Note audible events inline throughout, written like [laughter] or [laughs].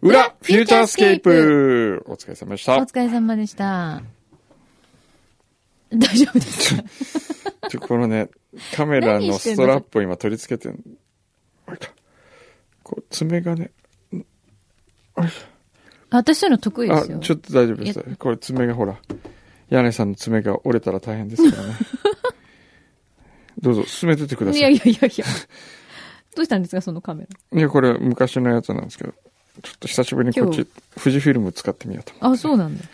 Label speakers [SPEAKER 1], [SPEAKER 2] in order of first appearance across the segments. [SPEAKER 1] フューチャースケープお疲れ様でし
[SPEAKER 2] お
[SPEAKER 1] た。
[SPEAKER 2] 疲れ様でした。大丈夫ですか
[SPEAKER 1] ちょこのね、カメラのストラップを今取り付けてんあれかこう、爪がね、
[SPEAKER 2] 私そういうの得意で
[SPEAKER 1] あ、
[SPEAKER 2] すよ。
[SPEAKER 1] ちょっと大丈夫です。これ爪がほら、柳井さんの爪が折れたら大変ですからね。どうぞ、進めてってくださ
[SPEAKER 2] い
[SPEAKER 1] い。
[SPEAKER 2] やいやいやいや。どうしたんですか、そのカメ
[SPEAKER 1] いや、これ昔のやつなんですけど、ちょっと久しぶりにこっ
[SPEAKER 2] 今
[SPEAKER 1] ち、富士フィルム使ってみようと思
[SPEAKER 2] ラ。あ、そうなんだ。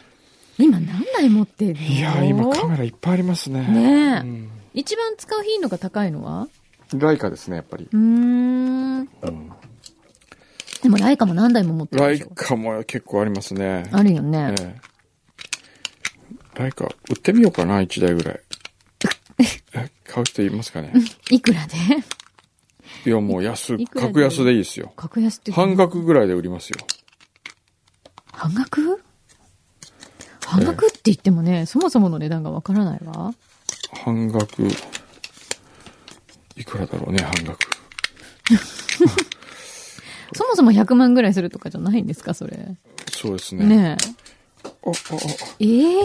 [SPEAKER 2] 今何台持ってるの
[SPEAKER 1] う。いやー、今カメラいっぱいありますね。
[SPEAKER 2] ねえ
[SPEAKER 1] うん
[SPEAKER 2] 一番使う頻度が高いのは
[SPEAKER 1] ライカですね、やっぱり。
[SPEAKER 2] うーん。でもライカも何台も持ってる
[SPEAKER 1] ラ
[SPEAKER 2] で
[SPEAKER 1] イ
[SPEAKER 2] しょ。
[SPEAKER 1] カも結構ありますね。
[SPEAKER 2] あるよね。
[SPEAKER 1] ええ。ライカ、売ってみようかな、1台
[SPEAKER 2] [laughs]
[SPEAKER 1] ぐらい。え買う人いますかね
[SPEAKER 2] いくらで
[SPEAKER 1] いや、もう安
[SPEAKER 2] い、くらで
[SPEAKER 1] 格安でいいですよ。
[SPEAKER 2] 格安ってどの
[SPEAKER 1] 半額ぐらいで売りますよ。
[SPEAKER 2] 半額半額って言ってもね、そもそもの値段がわからないわ。
[SPEAKER 1] 半額、いくらだろうね、半額。
[SPEAKER 2] そもそも100万ぐらいするとかじゃないんですか、それ。
[SPEAKER 1] そうですね。
[SPEAKER 2] ね
[SPEAKER 1] おおお
[SPEAKER 2] え。ええ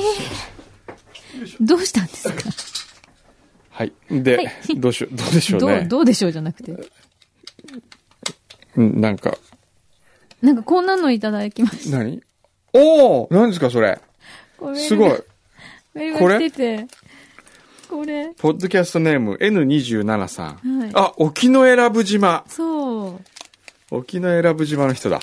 [SPEAKER 2] どうしたんですか、
[SPEAKER 1] はい。で、
[SPEAKER 2] はい
[SPEAKER 1] どうしよう、どうでしょう
[SPEAKER 2] どう
[SPEAKER 1] ね、。
[SPEAKER 2] どうでしょうじゃなくて。
[SPEAKER 1] うんなんか、
[SPEAKER 2] なんかこんなのいただきました。
[SPEAKER 1] 何おお何ですか、それ。
[SPEAKER 2] これ
[SPEAKER 1] すごい。。
[SPEAKER 2] メール
[SPEAKER 1] こ
[SPEAKER 2] が
[SPEAKER 1] れ
[SPEAKER 2] 来てて。これ。
[SPEAKER 1] ポッドキャストネーム N27 さん。
[SPEAKER 2] はい
[SPEAKER 1] あ、沖永良部島。
[SPEAKER 2] そう。
[SPEAKER 1] 沖永良部島の人だ。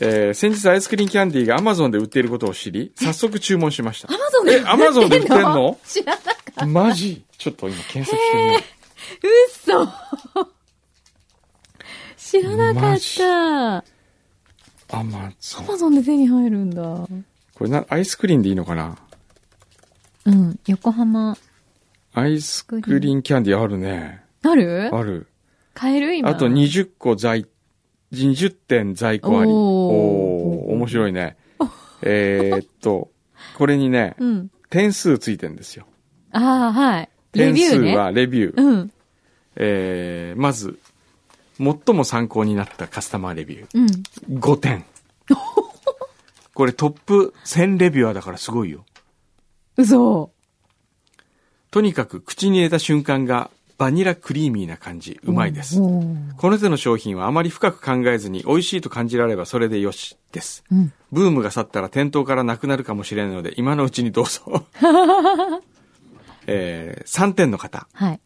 [SPEAKER 1] えー先日アイスクリーンキャンディーが Amazon で売っていることを知り、早速注文しました
[SPEAKER 2] ア。マゾンで売ってんの
[SPEAKER 1] え Amazon で売ってんの
[SPEAKER 2] 知らなかっ
[SPEAKER 1] マジちょっと今検索してみよう。
[SPEAKER 2] た。嘘知らなか
[SPEAKER 1] マ
[SPEAKER 2] っ
[SPEAKER 1] ジ
[SPEAKER 2] た。ア
[SPEAKER 1] Amazon。
[SPEAKER 2] マゾンで手に入るんだ。
[SPEAKER 1] これな、アイスクリーンでいいのかな
[SPEAKER 2] うん。横浜。
[SPEAKER 1] アイスクリーンキャンディーあるね。
[SPEAKER 2] なる
[SPEAKER 1] ある。
[SPEAKER 2] 買える今。
[SPEAKER 1] あと20個在、20点在庫あり。
[SPEAKER 2] おー
[SPEAKER 1] おー面白いね。えーっと、これにね、
[SPEAKER 2] うん。
[SPEAKER 1] 点数ついてんですよ。
[SPEAKER 2] ああ、はい。レ
[SPEAKER 1] 点
[SPEAKER 2] ビュ
[SPEAKER 1] 数
[SPEAKER 2] ーね。
[SPEAKER 1] はレビュー。
[SPEAKER 2] うん。
[SPEAKER 1] えーまず、最も参考になったカスタマーレビュ
[SPEAKER 2] うん。
[SPEAKER 1] ー。5点。これトップ1000レビュアーだからすごいよ。
[SPEAKER 2] 嘘。
[SPEAKER 1] とにかく口に入れた瞬間がバニラクリーミーな感じ。うまいです。
[SPEAKER 2] おー
[SPEAKER 1] この手の商品はあまり深く考えずに美味しいと感じられればそれでよしです。
[SPEAKER 2] うん。
[SPEAKER 1] ブームが去ったら店頭からなくなるかもしれないので今のうちにどうぞ。えー3点の方。
[SPEAKER 2] はい。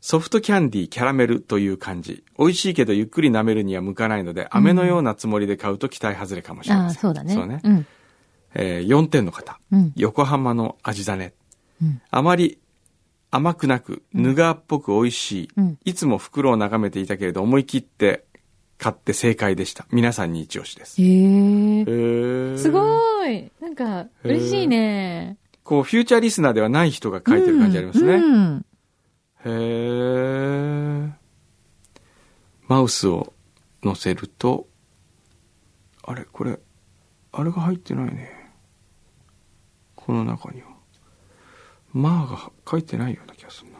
[SPEAKER 1] ソフトキャンディーキャラメルという感じ。美味しいけどゆっくり舐めるには向かないので、飴のようなつもりで買うと期待外れかもしれ
[SPEAKER 2] あ
[SPEAKER 1] ま
[SPEAKER 2] あ、
[SPEAKER 1] せん。
[SPEAKER 2] そうだね。
[SPEAKER 1] そうね。
[SPEAKER 2] ん。
[SPEAKER 1] えー4点の方。
[SPEAKER 2] うん。
[SPEAKER 1] 横浜の味だね。
[SPEAKER 2] うん
[SPEAKER 1] あまり甘くなく、ぬがっぽく美味しい。
[SPEAKER 2] うん
[SPEAKER 1] いつも袋を眺めていたけれど、思い切って買って正解でした。皆さんに一押しです。
[SPEAKER 2] へえ。す
[SPEAKER 1] い。
[SPEAKER 2] ごい。なんか、嬉しいね。
[SPEAKER 1] こう、フューチャーリスナーではない人が書いてる感じありますね。
[SPEAKER 2] うんうん。
[SPEAKER 1] へーマウスを乗せると、あれこれ、あれが入ってないね。この中には。まあが書いてないような気がするな。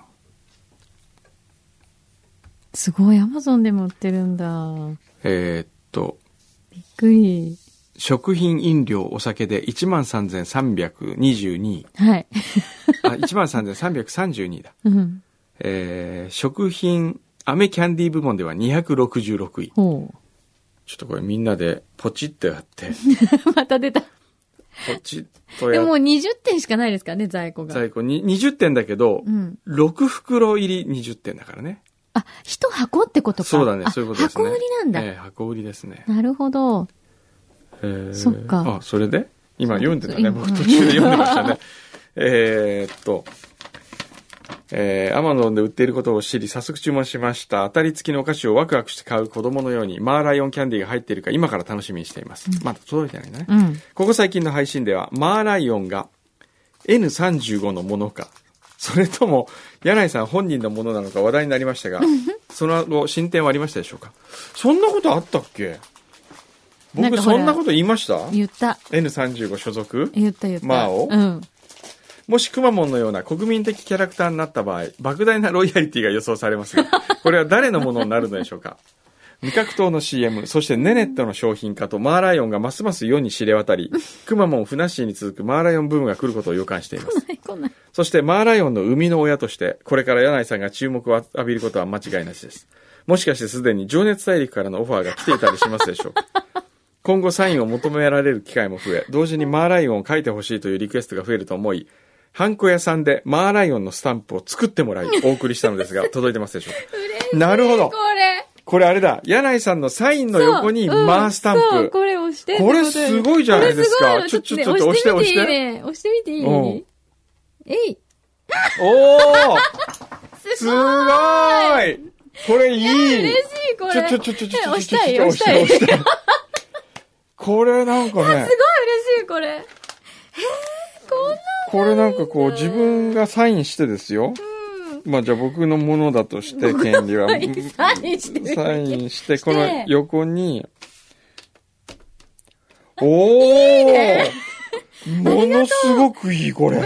[SPEAKER 2] すごい。アマゾンでも売ってるんだ。
[SPEAKER 1] えーっと、
[SPEAKER 2] びっくり。
[SPEAKER 1] 食品飲料お酒で13,322位。
[SPEAKER 2] はい。 [laughs]
[SPEAKER 1] あ、13,332だ。
[SPEAKER 2] うん。
[SPEAKER 1] えー食品、飴キャンディー部門では266位。
[SPEAKER 2] ほ
[SPEAKER 1] ちょっとこれみんなでポチってやって。
[SPEAKER 2] う。 [laughs] また出た。
[SPEAKER 1] ポチッと
[SPEAKER 2] で
[SPEAKER 1] やっ
[SPEAKER 2] ももう20点しかないですからね、在庫が。
[SPEAKER 1] 在庫に20点だけど
[SPEAKER 2] う、ん。
[SPEAKER 1] 6袋入り20点だからね。
[SPEAKER 2] あ、一箱ってことか。
[SPEAKER 1] そうだね
[SPEAKER 2] あ、
[SPEAKER 1] そういうことですね。
[SPEAKER 2] 箱売りなんだ。
[SPEAKER 1] ええ箱売りですね。
[SPEAKER 2] なるほど。
[SPEAKER 1] えー
[SPEAKER 2] そっか
[SPEAKER 1] あ、それで今読んでたね。
[SPEAKER 2] 今
[SPEAKER 1] 僕途中で読んでましたね。えーっと。えー、アマゾンで売っていることを知り、早速注文しました。当たり付きのお菓子をワクワクして買う子供のように、マーライオンキャンディーが入っているか、今から楽しみにしています。まだ届いてないんだね。
[SPEAKER 2] うん。
[SPEAKER 1] ここ最近の配信では、マーライオンが N35 のものか、それとも、柳井さん本人のものなのか話題になりました [laughs] が、その後、進展はありましたでしょうかそんなことあったっけ
[SPEAKER 2] なん
[SPEAKER 1] 僕、
[SPEAKER 2] かほら
[SPEAKER 1] そんなこと言いました
[SPEAKER 2] 言った。
[SPEAKER 1] ?N35 所属
[SPEAKER 2] 言った言った。
[SPEAKER 1] マオ
[SPEAKER 2] うん。 [laughs]
[SPEAKER 1] もしくまモンのような国民的キャラクターになった場合、莫大なロイヤリティが予想されますが、これは誰のものになるのでしょうか味覚糖の CM、そしてネネットの商品化とマーライオンがますます世に知れ渡り、くまモン、ふなっしーに続くマーライオンブームが来ることを予感しています。
[SPEAKER 2] ない来ない。
[SPEAKER 1] そしてマーライオンの生みの親として、これから柳井さんが注目を浴びることは間違いなしです。もしかしてすでに情熱大陸からのオファーが来ていたりしますでしょうか
[SPEAKER 2] [laughs]
[SPEAKER 1] 今後サインを求められる機会も増え、同時にマーライオンを書いてほしいというリクエストが増えると思い、ハンコ屋さんでマーライオンのスタンプを作ってもらい、お送りしたの
[SPEAKER 2] [laughs]
[SPEAKER 1] ですが、届いてますでしょうかなるほど
[SPEAKER 2] これ。
[SPEAKER 1] これあれだ柳井さんのサインの横に
[SPEAKER 2] そううん
[SPEAKER 1] マースタン
[SPEAKER 2] そう、
[SPEAKER 1] プ。
[SPEAKER 2] これ押して。
[SPEAKER 1] これすごいじゃないですか
[SPEAKER 2] これすご
[SPEAKER 1] ちょ
[SPEAKER 2] いの
[SPEAKER 1] ちょちょっと押して
[SPEAKER 2] みいいね押してみていい
[SPEAKER 1] うん
[SPEAKER 2] えい。
[SPEAKER 1] おー
[SPEAKER 2] [laughs] す
[SPEAKER 1] す
[SPEAKER 2] ご
[SPEAKER 1] ご
[SPEAKER 2] い
[SPEAKER 1] いこれいい
[SPEAKER 2] 嬉しい、これ。
[SPEAKER 1] ちょちょちょちょちょちょ
[SPEAKER 2] 押したい、
[SPEAKER 1] ちょ
[SPEAKER 2] 押
[SPEAKER 1] ち
[SPEAKER 2] し
[SPEAKER 1] ょ
[SPEAKER 2] たい。すごい嬉し
[SPEAKER 1] 押したいこれなんかね、
[SPEAKER 2] い、これ。
[SPEAKER 1] これなんかこう自分がサインしてですよ。まあじゃあ僕のものだとして権利は。
[SPEAKER 2] サイ [laughs] ンサインしてる
[SPEAKER 1] サインして、
[SPEAKER 2] て
[SPEAKER 1] この横に。おーものすごくいいこれ。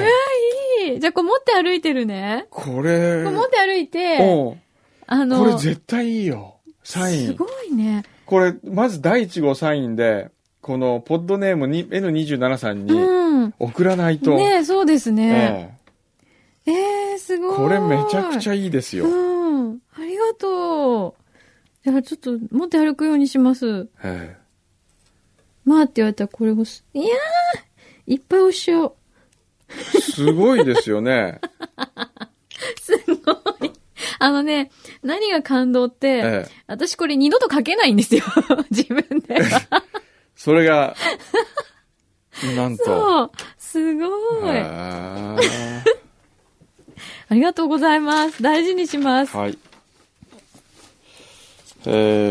[SPEAKER 2] いい。じゃあ、これ持って歩いてるね。
[SPEAKER 1] これ。
[SPEAKER 2] これ持って歩いて、
[SPEAKER 1] うん
[SPEAKER 2] あの、
[SPEAKER 1] これ絶対いいよ。サイ
[SPEAKER 2] す
[SPEAKER 1] ン。
[SPEAKER 2] ごいね。
[SPEAKER 1] これ、まず第1号サインで、このポッドネームに N27 さんに
[SPEAKER 2] うん。
[SPEAKER 1] 送らないと、
[SPEAKER 2] ねえそうですね。
[SPEAKER 1] ええ
[SPEAKER 2] ええ、すごい。
[SPEAKER 1] これめちゃくちゃいいですよ。
[SPEAKER 2] うん。ありがとう。じゃあちょっと持って歩くようにします。
[SPEAKER 1] ええ
[SPEAKER 2] まあって言われたらこれ押す。いやーいっぱい押しよう。
[SPEAKER 1] すごいですよ
[SPEAKER 2] [laughs]
[SPEAKER 1] ね。
[SPEAKER 2] あのね、何が感動って、
[SPEAKER 1] ええ
[SPEAKER 2] 私これ二度と書けないんですよ。 [laughs] 自分で。
[SPEAKER 1] それが、なんと。
[SPEAKER 2] そう。すごい。
[SPEAKER 1] あ
[SPEAKER 2] ありがとうございます。大事にします。
[SPEAKER 1] ーはい。え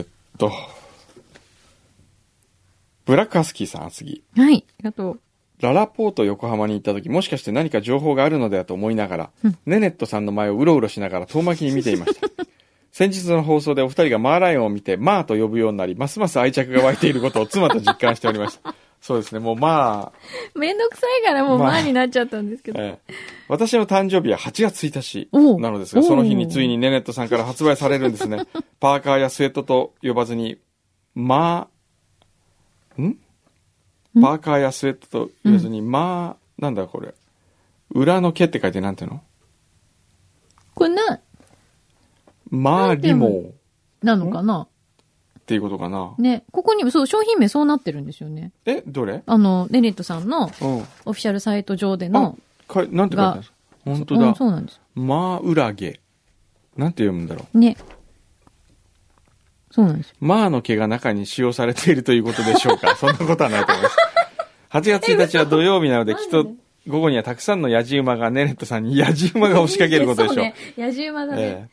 [SPEAKER 1] ーっと。ブラックハスキーさん、次。
[SPEAKER 2] はい。ありがとう。
[SPEAKER 1] ララポート横浜に行った時、もしかして何か情報があるのではと思いながら、
[SPEAKER 2] うん
[SPEAKER 1] ネネットさんの前をうろうろしながら遠巻きに見ていました。 [laughs] 先日の放送でお二人がマーライオンを見て、マーと呼ぶようになり、ますます愛着が湧いていることを妻と実感しておりました。そうですね、もうまあ、
[SPEAKER 2] めんどくさいからもう
[SPEAKER 1] まあ
[SPEAKER 2] 前になっちゃったんですけど。
[SPEAKER 1] ええ私の誕生日は8月1日
[SPEAKER 2] おう
[SPEAKER 1] なのですが、
[SPEAKER 2] おう
[SPEAKER 1] その日についにネネットさんから発売されるんです
[SPEAKER 2] [laughs]
[SPEAKER 1] ね。パーカーやスウェットと呼ばずに、まあ、んパーカーやスウェットと言わずに、まあ、なんだこれ。裏の毛って書いてなんていうの
[SPEAKER 2] これな、
[SPEAKER 1] まあリモ
[SPEAKER 2] なのかな
[SPEAKER 1] っていうことかな。
[SPEAKER 2] ね。ここに、そう、商品名そうなってるんですよね。
[SPEAKER 1] え、どれ
[SPEAKER 2] あの、ネネットさんの
[SPEAKER 1] うん。
[SPEAKER 2] オフィシャルサイト上で
[SPEAKER 1] あ
[SPEAKER 2] の。、
[SPEAKER 1] かいなんて書いてあるんですか本当
[SPEAKER 2] うん
[SPEAKER 1] だ
[SPEAKER 2] そ。うなんです。
[SPEAKER 1] まあ裏毛。なんて読むんだろう。
[SPEAKER 2] ね。そうなんですよ。
[SPEAKER 1] マーの毛が中に使用されているということでしょう
[SPEAKER 2] [laughs]
[SPEAKER 1] かそんなことはないと思います。8月1日は土曜日なので、きっと午後にはたくさんのヤジ馬がネネットさんにヤジ馬が [laughs] 押しかけることでしょう。
[SPEAKER 2] そうね。野獣馬だ
[SPEAKER 1] え
[SPEAKER 2] ね。うん
[SPEAKER 1] え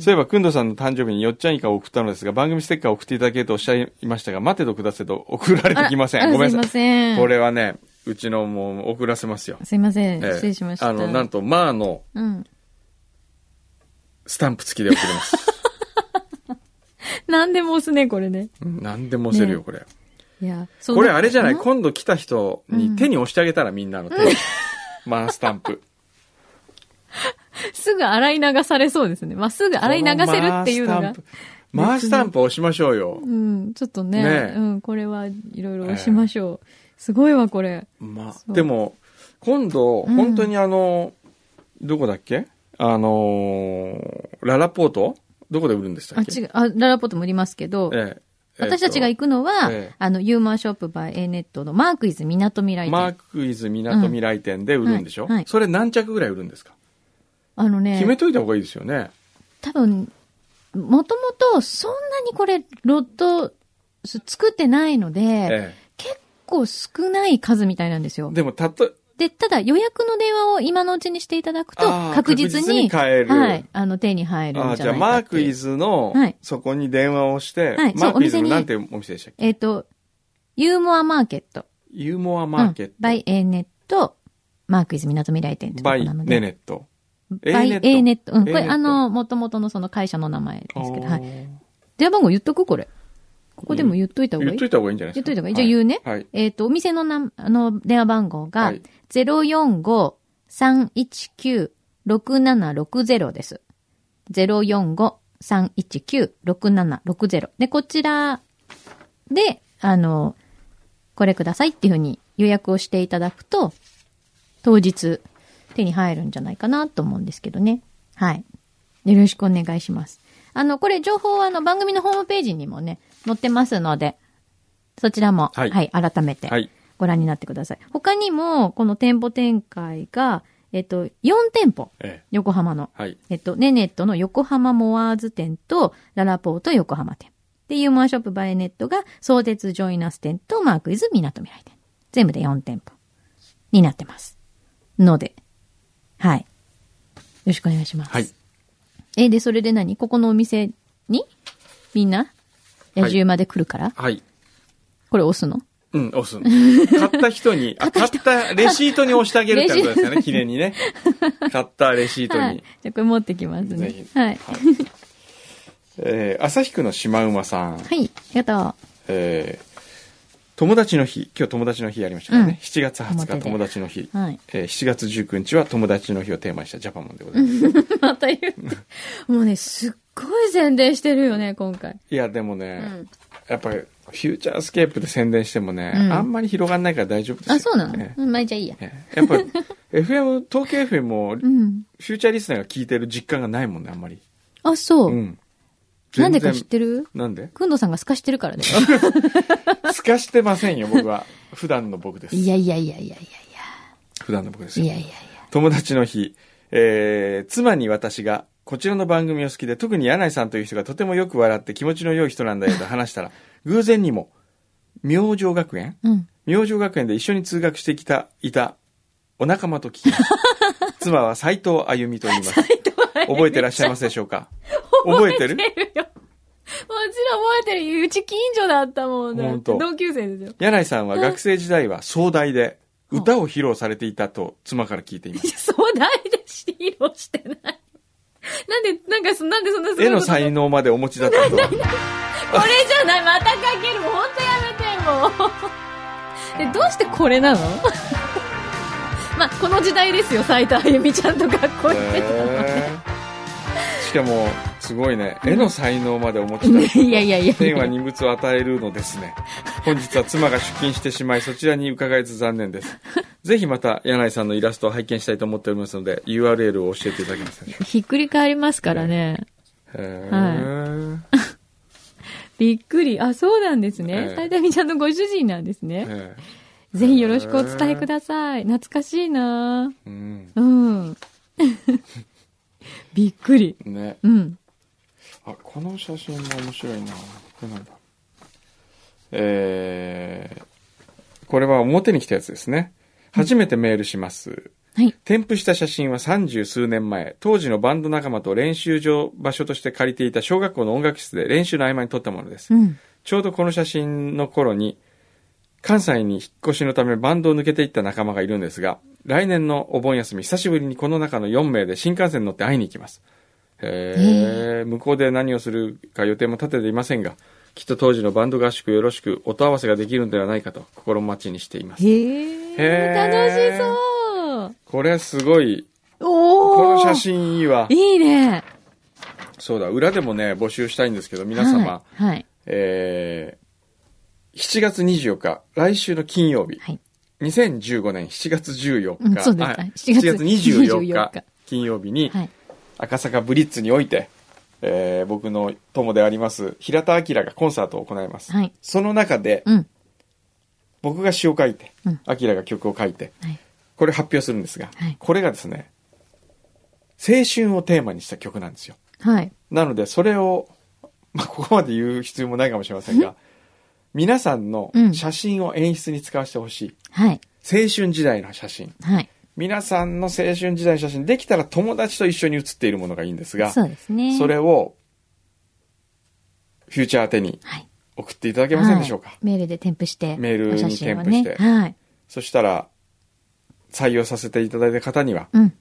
[SPEAKER 1] そういえば、くんどさんの誕生日によっちゃんいかを送ったのですが、番組ステッカーを送っていただけるとおっしゃいましたが、待てとくだせと送られてきません。
[SPEAKER 2] あら
[SPEAKER 1] ごめん
[SPEAKER 2] すい
[SPEAKER 1] な
[SPEAKER 2] ま
[SPEAKER 1] さい。
[SPEAKER 2] せん。
[SPEAKER 1] これはね、うちのもう送らせますよ。
[SPEAKER 2] すいません。
[SPEAKER 1] ええ
[SPEAKER 2] 失礼しました。
[SPEAKER 1] あの、なんと、マーの
[SPEAKER 2] うん。
[SPEAKER 1] スタンプ付きで送り
[SPEAKER 2] [laughs]
[SPEAKER 1] ます。
[SPEAKER 2] なんでも押すね、これね。
[SPEAKER 1] うん何でも押せるよ、
[SPEAKER 2] ね
[SPEAKER 1] これ。
[SPEAKER 2] いや、そん
[SPEAKER 1] これあれじゃない
[SPEAKER 2] ん
[SPEAKER 1] 今度来た人に手に押してあげたらみんなの手に。マースタンプ。
[SPEAKER 2] すぐ洗い流されそうですね。まあ、すぐ [laughs] 洗い流せるっていうのが
[SPEAKER 1] こ。のマースタンプマースタンプ押しましょうよ
[SPEAKER 2] う。ん、ちょっとね。
[SPEAKER 1] ねえ
[SPEAKER 2] うん、これはいろいろ押しましょう。すごいわ、これ。
[SPEAKER 1] ま
[SPEAKER 2] そ
[SPEAKER 1] あ、
[SPEAKER 2] う
[SPEAKER 1] でも、今度、
[SPEAKER 2] うん
[SPEAKER 1] 本当にあの、どこだっけあのー、ララポートどこで売るんでした
[SPEAKER 2] あ、
[SPEAKER 1] っけ
[SPEAKER 2] 違う。あ、ララポットも売りますけど。
[SPEAKER 1] ええ
[SPEAKER 2] 私たちが
[SPEAKER 1] えっ
[SPEAKER 2] 行くのは、
[SPEAKER 1] ええ
[SPEAKER 2] あの、ユーマーショップバイ A ネットのマークイズ港未
[SPEAKER 1] と
[SPEAKER 2] 来店。
[SPEAKER 1] マークイズ港未来店で売るんでしょ、
[SPEAKER 2] うんはいはい
[SPEAKER 1] それ何着ぐらい売るんですか、
[SPEAKER 2] あのね
[SPEAKER 1] 決、めといた方がいいですよね。
[SPEAKER 2] 多分、もともとそんなにこれ、ロットす作ってないので、
[SPEAKER 1] え
[SPEAKER 2] 結構少ない数みたいなんですよ
[SPEAKER 1] え、。でも、たと、
[SPEAKER 2] で、ただ予約の電話を今のうちにしていただくと
[SPEAKER 1] あー、
[SPEAKER 2] 確実に、
[SPEAKER 1] 確実に買える
[SPEAKER 2] はい、あの、手に入るんじゃ
[SPEAKER 1] ああ、じ
[SPEAKER 2] ないかってい
[SPEAKER 1] ゃ
[SPEAKER 2] う
[SPEAKER 1] あ、マークイズの
[SPEAKER 2] はい、
[SPEAKER 1] そこに電話をして、
[SPEAKER 2] はい
[SPEAKER 1] マークイズ
[SPEAKER 2] そうお店
[SPEAKER 1] の
[SPEAKER 2] に
[SPEAKER 1] なんてお店でしたっけ
[SPEAKER 2] えっ、と、ユーモアマーケット。
[SPEAKER 1] ユーモアマーケット。
[SPEAKER 2] バイ A ネット、マークイズ港未来店ってとこ
[SPEAKER 1] バイ
[SPEAKER 2] なので。
[SPEAKER 1] ネネット。
[SPEAKER 2] バイ A ネット。うん、これ
[SPEAKER 1] A ネット
[SPEAKER 2] あの、元々のその会社の名前ですけど、
[SPEAKER 1] あー
[SPEAKER 2] はい。電話番号言っとくこれ。ここでも言っといた方が
[SPEAKER 1] 言
[SPEAKER 2] い
[SPEAKER 1] っ
[SPEAKER 2] い
[SPEAKER 1] といた方がいいんじゃないですか。
[SPEAKER 2] 言っといた方がいいじゃあ言うね
[SPEAKER 1] はい。
[SPEAKER 2] えっ、と、お店のな、あの、電話番号
[SPEAKER 1] は
[SPEAKER 2] が
[SPEAKER 1] い、
[SPEAKER 2] 045-319-6760です。045-319-6760 319-6760。で、こちらで、あの、これくださいっていうふうに予約をしていただくと、当日手に入るんじゃないかなと思うんですけどね。はい。よろしくお願いします。あの、これ情報はあの番組のホームページにもね、載ってますので、そちらも、は、
[SPEAKER 1] はいい
[SPEAKER 2] 改めて
[SPEAKER 1] はい。
[SPEAKER 2] ご覧になってください。他にも、この店舗展開が、えっと、4店舗、
[SPEAKER 1] ええ。
[SPEAKER 2] 横浜の。
[SPEAKER 1] はい。
[SPEAKER 2] えっと、ネネットの横浜モアーズ店と、ララポート横浜店。で、ユーモアショップバイネットが、相鉄ジョイナス店と、マークイズ港未来店。全部で4店舗になってます。ので、はい。よろしくお願いします。
[SPEAKER 1] はい。
[SPEAKER 2] え、で、それで何ここのお店にみんな野獣まで来るから、
[SPEAKER 1] はい。
[SPEAKER 2] これ押すの
[SPEAKER 1] うん、押すの。 [laughs] 買った人に、あ買ったレシートに押してあげるってことですよ
[SPEAKER 2] [laughs]
[SPEAKER 1] ね、記念にね。買ったレシート
[SPEAKER 2] はい。
[SPEAKER 1] に
[SPEAKER 2] じ。ゃあこれ持ってきます
[SPEAKER 1] ぜ
[SPEAKER 2] ね
[SPEAKER 1] ひ。。
[SPEAKER 2] はい。
[SPEAKER 1] えー、旭区のシマウマさん。
[SPEAKER 2] はい。ありがと
[SPEAKER 1] えー友達の日、今日友達の日やりましたからね。
[SPEAKER 2] うん
[SPEAKER 1] 7月20
[SPEAKER 2] 表
[SPEAKER 1] 日
[SPEAKER 2] で
[SPEAKER 1] 友達の日。
[SPEAKER 2] う。はい。
[SPEAKER 1] えー7月19日は友達の日をテーマにしたジャパモンでございます。
[SPEAKER 2] [laughs] また言う。もうね、すっごい宣伝してるよね、今回。
[SPEAKER 1] いや、でもね、
[SPEAKER 2] うん。
[SPEAKER 1] やっぱり、フューチャースケープで宣伝してもね、
[SPEAKER 2] うん
[SPEAKER 1] あんまり広がんないから大丈夫ですよ
[SPEAKER 2] あ、そうなの
[SPEAKER 1] え
[SPEAKER 2] うん、まあじゃあいいや。
[SPEAKER 1] えええやっぱ [laughs] り、FM、東京 FM も、フ
[SPEAKER 2] う
[SPEAKER 1] ュ
[SPEAKER 2] ん。
[SPEAKER 1] ーチャーリスナーが聞いてる実感がないもんね、あんまり。
[SPEAKER 2] あ、そうう。
[SPEAKER 1] ん。
[SPEAKER 2] な
[SPEAKER 1] 全
[SPEAKER 2] んで
[SPEAKER 1] 然
[SPEAKER 2] か知ってる
[SPEAKER 1] なんで
[SPEAKER 2] くんどさんが透かしてるから [laughs] だよ。
[SPEAKER 1] すかしてませんよ、僕は。普段の僕です。
[SPEAKER 2] いやいやいやいやい
[SPEAKER 1] 普段の僕です
[SPEAKER 2] やいや。い
[SPEAKER 1] よ。
[SPEAKER 2] やいやいや。
[SPEAKER 1] 友達の日、えー、妻に私が、こちらの番組を好きで、特に柳井さんという人がとてもよく笑って気持ちの良い人なんだよと話 [laughs] したら、偶然にも、明星学園
[SPEAKER 2] うん。
[SPEAKER 1] 明星学園で一緒に通学してきた、いた、お仲間と聞きま [laughs] した。妻は斎藤あゆみと言います。覚えてらっしゃいますでしょうか覚えてる
[SPEAKER 2] てるよ。もちろん覚えてる。うち近所だったもんだって
[SPEAKER 1] ほんと
[SPEAKER 2] 同級生ですよ。
[SPEAKER 1] 柳井さんは学生時代は壮大で、歌を披露されていたと妻から聞いています。
[SPEAKER 2] 壮大で披露してない。なんで、なんかそ、なんでそんなすごい
[SPEAKER 1] 絵
[SPEAKER 2] こ
[SPEAKER 1] の
[SPEAKER 2] とこれ
[SPEAKER 1] 才能までお持ちだったと。
[SPEAKER 2] じゃない、またかける。もうほんと [laughs] やめて、もう。で、どうしてこれなの [laughs] まあ、この時代ですよ、斉藤あゆみちゃんと学校行ってたのね。
[SPEAKER 1] へーしかも、すごいね。絵の才能までお持ちだったと。
[SPEAKER 2] いやいやいやいや
[SPEAKER 1] 天は人物を与えるのですね。本日は妻が出勤してしまい、そちらに伺えず残念
[SPEAKER 2] [laughs]
[SPEAKER 1] です。ぜひまた、柳井さんのイラストを拝見したいと思っておりますので、URL を教えていただけますでしょ
[SPEAKER 2] ひっくり返りますからね。
[SPEAKER 1] うか。へー
[SPEAKER 2] びっくり。あ、そうなんですね
[SPEAKER 1] え。え
[SPEAKER 2] 斉藤あゆみちゃんのご主人なんですね。
[SPEAKER 1] へ
[SPEAKER 2] ぜひよろしくお伝えください。懐かしいな
[SPEAKER 1] ーうん。
[SPEAKER 2] うん。 [laughs] びっくり。
[SPEAKER 1] ね。
[SPEAKER 2] うん。
[SPEAKER 1] あ、この写真も面白いな。これなんだ。えー、これは表に来たやつですね。初めてメールします。
[SPEAKER 2] はい。
[SPEAKER 1] 添付した写真は三十数年前、当時のバンド仲間と練習場場所として借りていた小学校の音楽室で練習の合間に撮ったものです。
[SPEAKER 2] うん。
[SPEAKER 1] ちょうどこの写真の頃に、関西に引っ越しのためバンドを抜けていった仲間がいるんですが、来年のお盆休み、久しぶりにこの中の4名で新幹線に乗って会いに行きます。へえ、向こうで何をするか予定も立てていませんが、きっと当時のバンド合宿よろしく音合わせができるんではないかと心待ちにしています。
[SPEAKER 2] へえ。
[SPEAKER 1] へー
[SPEAKER 2] 楽しそう。
[SPEAKER 1] これすごい、
[SPEAKER 2] お
[SPEAKER 1] こ
[SPEAKER 2] お。
[SPEAKER 1] の写。真いいわ。
[SPEAKER 2] いいね。
[SPEAKER 1] そうだ、裏でもね、募集したいんですけど、皆様、
[SPEAKER 2] はい。はい。
[SPEAKER 1] えー、7月24日、来週の金曜日、
[SPEAKER 2] はい
[SPEAKER 1] 2015年7月14
[SPEAKER 2] うん
[SPEAKER 1] 日、
[SPEAKER 2] そうです
[SPEAKER 1] あ
[SPEAKER 2] はい
[SPEAKER 1] 7月24
[SPEAKER 2] 24
[SPEAKER 1] 日、金曜日に、
[SPEAKER 2] はい。
[SPEAKER 1] 赤坂ブリッツにおいて、えー僕の友であります、平田明がコンサートを行います。
[SPEAKER 2] はい
[SPEAKER 1] その中で、
[SPEAKER 2] うん。
[SPEAKER 1] 僕が詩を書いて、
[SPEAKER 2] うん
[SPEAKER 1] 明が曲を書いて、
[SPEAKER 2] はい。
[SPEAKER 1] これ発表するんですが、
[SPEAKER 2] はい
[SPEAKER 1] これがですね、青春をテーマにした曲なんですよ。
[SPEAKER 2] はい。
[SPEAKER 1] なので、それを、まあ、ここまで言う必要もないかもしれませんが、皆さんの
[SPEAKER 2] うん
[SPEAKER 1] 写真を演出に使わせてほしい。
[SPEAKER 2] はい。
[SPEAKER 1] 青春時代の写真。
[SPEAKER 2] はい。
[SPEAKER 1] 皆さんの青春時代の写真、できたら友達と一緒に写っているものがいいんですが、
[SPEAKER 2] そうですね。
[SPEAKER 1] それを、フューチャー宛てに
[SPEAKER 2] はい。
[SPEAKER 1] 送っていただけませんでしょうか。
[SPEAKER 2] はいメールで添付して。
[SPEAKER 1] メールに
[SPEAKER 2] お写真をね
[SPEAKER 1] 添付して
[SPEAKER 2] はい。
[SPEAKER 1] そしたら、採用させていただいた方には、
[SPEAKER 2] うん。